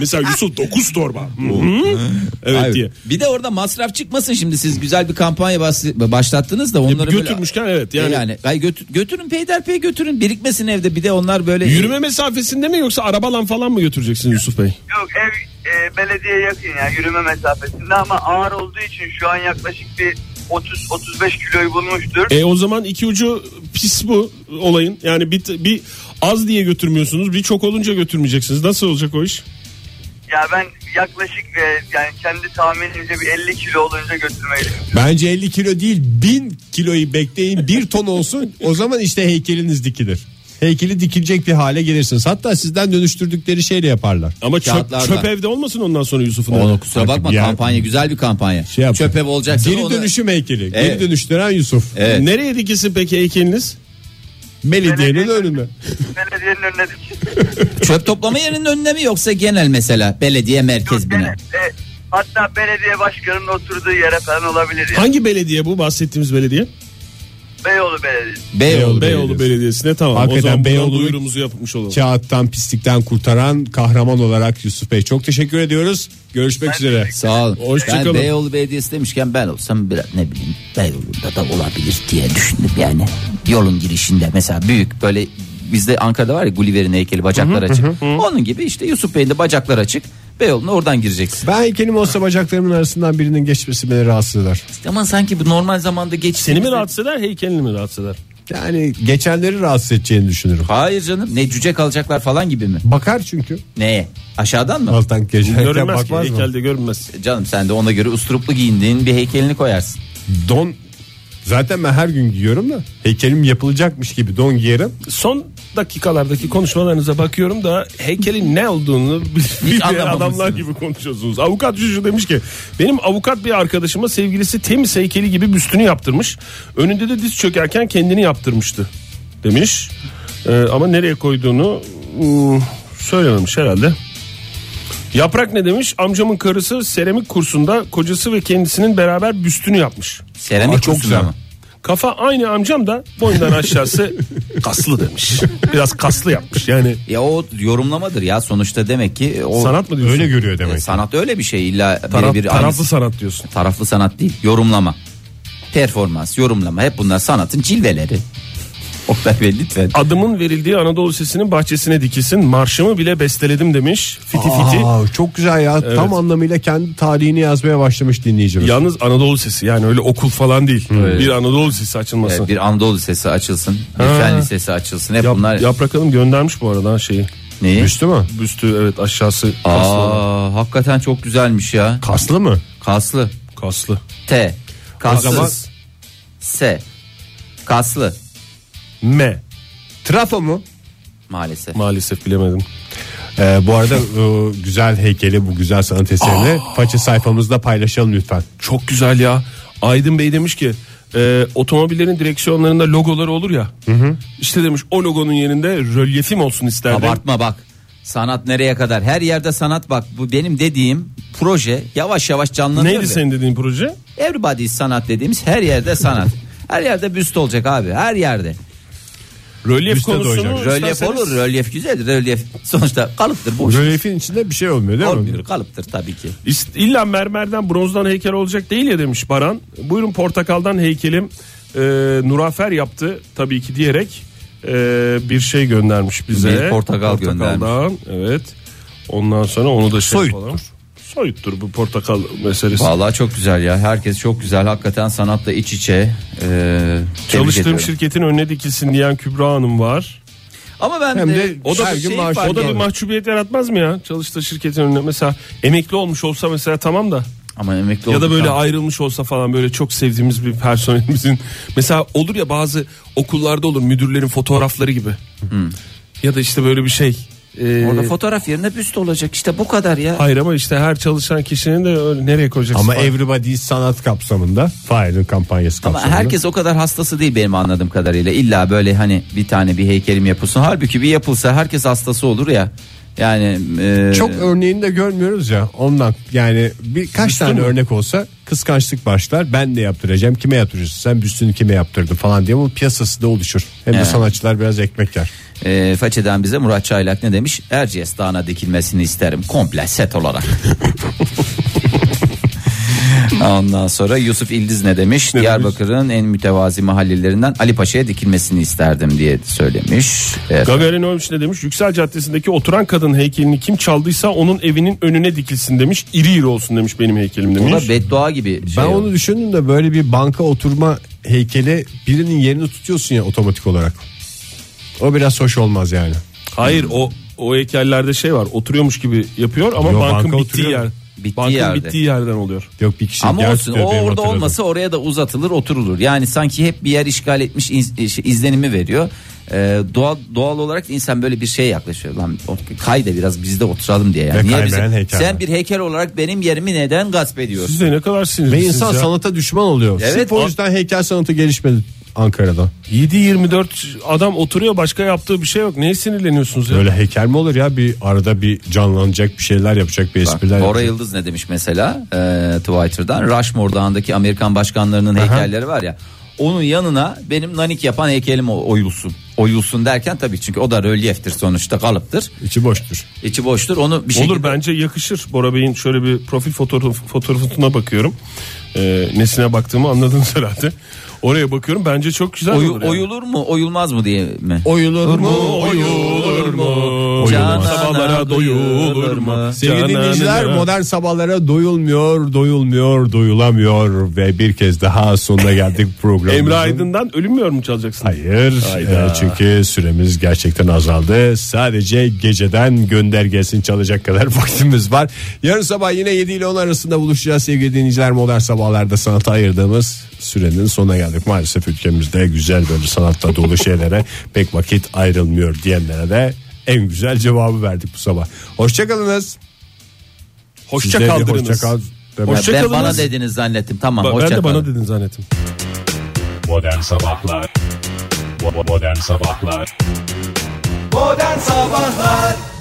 Mesela Yusuf dokuz torba. Hı hı. evet
Abi,
diye.
Bir de orada masraf çıkmasın şimdi siz güzel bir kampanya bas- başlattınız da onları böyle- E
Götürmüşken evet yani.
yani, ay götür, götürün peyderpey götürün birikmesin evde bir de onlar böyle
Yürüme mesafesinde mi yoksa arabalan falan mı götüreceksiniz Yusuf Bey?
Yok ev e, belediye yakın ya yürüme mesafesinde ama ağır olduğu için şu an yaklaşık bir 30-35 kiloyu bulmuştur.
E o zaman iki ucu pis bu olayın. Yani bir, bir az diye götürmüyorsunuz bir çok olunca götürmeyeceksiniz. Nasıl olacak o iş?
Ya ben yaklaşık e, yani kendi tahminimce bir 50 kilo olunca götürmeyi
Bence 50 kilo değil 1000 kiloyu bekleyin bir ton olsun o zaman işte heykeliniz dikilir. heykeli dikilecek bir hale gelirsiniz. Hatta sizden dönüştürdükleri şeyle yaparlar.
Ama çöp,
Kağıtlardan.
çöp evde olmasın ondan sonra Yusuf'un.
Onu
evi.
kusura bakma
yani-
kampanya güzel bir kampanya.
Şey yap-
Çöp ev olacaksa
Geri
onu-
dönüşüm heykeli.
Evet.
Geri dönüştüren Yusuf.
Evet.
Nereye dikilsin peki heykeliniz?
Belediyenin önüne.
Belediyenin önüne dikin.
Çöp toplama yerinin önüne mi yoksa genel mesela belediye merkez bina.
E, hatta belediye başkanının oturduğu yere falan olabilir. Yani.
Hangi belediye bu bahsettiğimiz belediye?
Beyoğlu Belediyesi.
Beyoğlu.
Beyoğlu Belediyesi'ne tamam.
Hakikaten
o zaman buradan
Beyoğlu'yu-
duyurumuzu yapmış olalım.
Kağıttan pislikten kurtaran kahraman olarak Yusuf Bey çok teşekkür ediyoruz. Görüşmek üzere.
Sağ olun.
Hoşçakalın.
Ben Beyoğlu Belediyesi demişken ben olsam biraz ne bileyim Beyoğlu'nda da olabilir diye düşündüm yani. Yolun girişinde mesela büyük böyle bizde Ankara'da var ya Gulliver'in heykeli bacaklar açık. Onun gibi işte Yusuf Bey'in de bacaklar açık. Beyoğlu'na oradan gireceksin.
Ben heykelim olsa bacaklarımın arasından birinin geçmesi beni rahatsız eder.
Ama sanki bu normal zamanda geçti.
Seni mi rahatsız eder heykelini mi rahatsız eder?
Yani geçenleri rahatsız edeceğini düşünürüm.
Hayır canım. Ne cüce kalacaklar falan gibi mi?
Bakar çünkü.
Neye? Aşağıdan mı?
Alttan geçerken
Görünmez ki
bakmaz mı?
heykelde görünmez.
Canım sen de ona göre usturuplu giyindiğin bir heykelini koyarsın.
Don zaten ben her gün giyiyorum da heykelim yapılacakmış gibi don giyerim.
Son dakikalardaki konuşmalarınıza bakıyorum da heykelin ne olduğunu bilmeyen
anlamamışsınız.
adamlar gibi konuşuyorsunuz. Avukat Juju demiş ki benim avukat bir arkadaşıma sevgilisi temiz heykeli gibi büstünü yaptırmış. Önünde de diz çökerken kendini yaptırmıştı demiş. Ee, ama nereye koyduğunu hmm, söylememiş herhalde. Yaprak ne demiş? Amcamın karısı seramik kursunda kocası ve kendisinin beraber büstünü yapmış.
Seramik çok güzel.
Kafa aynı amcam da boyundan aşağısı kaslı demiş. Biraz kaslı yapmış yani.
Ya o yorumlamadır ya sonuçta demek ki o
Sanat mı diyorsun?
Öyle görüyor demek.
sanat öyle bir şey illa
Taraf,
birebir
taraflı
aynısı.
sanat diyorsun.
taraflı sanat değil yorumlama. Performans, yorumlama hep bunlar sanatın cilveleri. Oktay Bey lütfen.
Adımın verildiği Anadolu Lisesi'nin bahçesine dikilsin. Marşımı bile besteledim demiş. Fiti fiti.
Aa, çok güzel ya. Tam anlamıyla kendi tarihini yazmaya başlamış dinleyicimiz.
Yalnız Anadolu Lisesi yani öyle okul falan değil.
Hmm.
Bir Anadolu Lisesi açılması.
Evet, bir Anadolu Lisesi açılsın, bir
Ha.
Fen Lisesi açılsın. Hep
Yap-
bunlar
Yaprak Hanım göndermiş bu arada şeyi.
neyi?
Üstü mü?
Büstü evet aşağısı kaslı. olan.
Aa, hakikaten çok güzelmiş ya.
Kaslı mı?
Kaslı.
Kaslı.
T.
zaman-
Kassız. S. Kaslı
M
Trafo mu?
maalesef.
maalesef bilemedim.
Ee, bu arada e, güzel heykeli bu güzel sanat eserini faça sayfamızda paylaşalım lütfen.
Çok güzel ya. Aydın Bey demiş ki e, otomobillerin direksiyonlarında logoları olur ya. İşte demiş o logonun yerinde rölyefim olsun isterdim.
Abartma bak. Sanat nereye kadar? Her yerde sanat bak. Bu benim dediğim proje yavaş yavaş canlanıyor.
Neydi
be.
senin dediğin proje?
Everybody's sanat dediğimiz her yerde sanat. her yerde büst olacak abi. Her yerde.
Rölyef
Üste
konusunu
doyacak.
Rölyef
isterseniz-
olur. Rölyef güzeldir. Rölyef sonuçta kalıptır. Boş.
Rölefin içinde bir şey olmuyor değil mi?
Olmuyor. Kalıptır tabii ki.
İst- İlla mermerden bronzdan heykel olacak değil ya demiş Baran. Buyurun portakaldan heykelim e, Nurafer yaptı tabii ki diyerek e, bir şey göndermiş bize.
Bir portakal
Portakaldan, Evet. Ondan sonra onu da şey
Soyuttur.
yapalım. Soyuttur bu portakal meselesi.
Vallahi çok güzel ya. Herkes çok güzel. Hakikaten sanatla iç içe. Ee, tebrik
Çalıştığım
ediyorum.
şirketin önüne dikilsin diyen Kübra Hanım var.
Ama ben
Hem
de,
de
o da
her
bir
gün
şey
maaş-
fark
O da bir
ediyorum.
mahcubiyet yaratmaz mı ya? Çalıştığı şirketin önüne mesela emekli olmuş olsa mesela tamam da
Ama emekli
ya da böyle
olduktan-
ayrılmış olsa falan böyle çok sevdiğimiz bir personelimizin mesela olur ya bazı okullarda olur müdürlerin fotoğrafları gibi.
Hmm.
Ya da işte böyle bir şey. Ee,
Orada fotoğraf yerine büst olacak. İşte bu kadar ya.
hayır ama işte her çalışan kişinin de öyle nereye koyacaksın?
Ama
falan.
Everybody sanat kapsamında Fahir'in kampanyası
Ama
kapsamında.
herkes o kadar hastası değil benim anladığım kadarıyla. İlla böyle hani bir tane bir heykelim yapılsın. Halbuki bir yapılsa herkes hastası olur ya. Yani e,
Çok örneğini de görmüyoruz ya ondan yani birkaç tane örnek olsa kıskançlık başlar ben de yaptıracağım kime yaptıracaksın sen büstünü kime yaptırdın falan diye bu piyasası da oluşur hem
Evet.
de sanatçılar biraz ekmek yer.
e, façeden bize Murat Çaylak ne demiş? Erciyes Dağı'na dikilmesini isterim. Komple set olarak. Ondan sonra Yusuf İldiz ne demiş? Diyarbakır'ın en mütevazi mahallelerinden Ali Paşa'ya dikilmesini isterdim diye söylemiş. Ee, Evet.
Gagarin Oymuş ne demiş? Yüksel Caddesi'ndeki oturan kadın heykelini kim çaldıysa onun evinin önüne dikilsin demiş. İri iri olsun demiş benim heykelim
O
demiş.
da beddua gibi. şey
ben
oldu.
onu düşündüm de böyle bir banka oturma heykeli birinin yerini tutuyorsun ya otomatik olarak o biraz hoş olmaz yani.
Hayır o o heykellerde şey var oturuyormuş gibi yapıyor ama
Yo,
bankın
banka
bittiği
oturuyor.
yer.
Bittiği
Bankın
yerde.
bittiği yerden oluyor.
Yok bir kişi
Ama
yer
olsun
tutuyor
o
benim
orada
hatırladığım.
olmasa oraya da uzatılır oturulur. Yani sanki hep bir yer işgal etmiş iz- iz- izlenimi veriyor. Ee, doğal doğal olarak insan böyle bir şeye yaklaşıyor. Lan o- kay da biraz bizde oturalım diye. Yani.
Ve
Niye
kaymayan
bize-
heykel
sen
var.
bir heykel olarak benim yerimi neden gasp ediyorsun?
Siz de ne kadar
Ve
sinirlisiniz
insan
ya.
sanata düşman oluyor.
Evet,
Sırf
o-
o yüzden heykel sanatı gelişmedi Ankara'da.
7-24 adam oturuyor başka yaptığı bir şey yok. Neye sinirleniyorsunuz ya?
Böyle heykel mi olur ya bir arada bir canlanacak bir şeyler yapacak bir
Bak,
espriler
Bora
yapacak.
Yıldız ne demiş mesela e, Twitter'dan Rushmore Dağı'ndaki Amerikan başkanlarının heykelleri var ya onun yanına benim nanik yapan heykelim o- oyulsun. Oyulsun derken tabii çünkü o da rölyeftir sonuçta kalıptır.
İçi boştur.
İçi boştur onu bir şekilde...
Olur bence yakışır. Bora Bey'in şöyle bir profil fotoğraf, fotoğrafına bakıyorum. Ee, nesine baktığımı anladınız herhalde. Oraya bakıyorum bence çok güzel
Oyu-
olur. yani.
Oyulur mu oyulmaz mı diye mi?
Oyulur mu?
Oyulur mu?
Canana
Sabahlara doyulur
doyulur
mu?
mu?
Sevgili dinleyiciler
Canana-
modern sabahlara doyulmuyor, doyulmuyor, doyulamıyor ve bir kez daha sonuna geldik programımızın.
Emre Aydın'dan ölünmüyor mu çalacaksın?
Hayır
Hayda.
e, çünkü süremiz gerçekten azaldı. Sadece geceden göndergesini çalacak kadar vaktimiz var. Yarın sabah yine 7 ile 10 arasında buluşacağız sevgili dinleyiciler. Modern sabahlarda sanata ayırdığımız sürenin sonuna geldik. Maalesef ülkemizde güzel böyle sanatta dolu şeylere pek vakit ayrılmıyor diyenlere de en güzel cevabı verdik bu sabah. Hoşçakalınız.
Hoşça kaldırınız.
Hoşça kal.
Ya
Hoşça
ben
kalınız.
bana dediniz zannettim tamam
Ba-
hoşça
ben de
kalın.
bana dedin zannettim.
Modern Sabahlar Bo- bo- Modern Sabahlar
Modern Sabahlar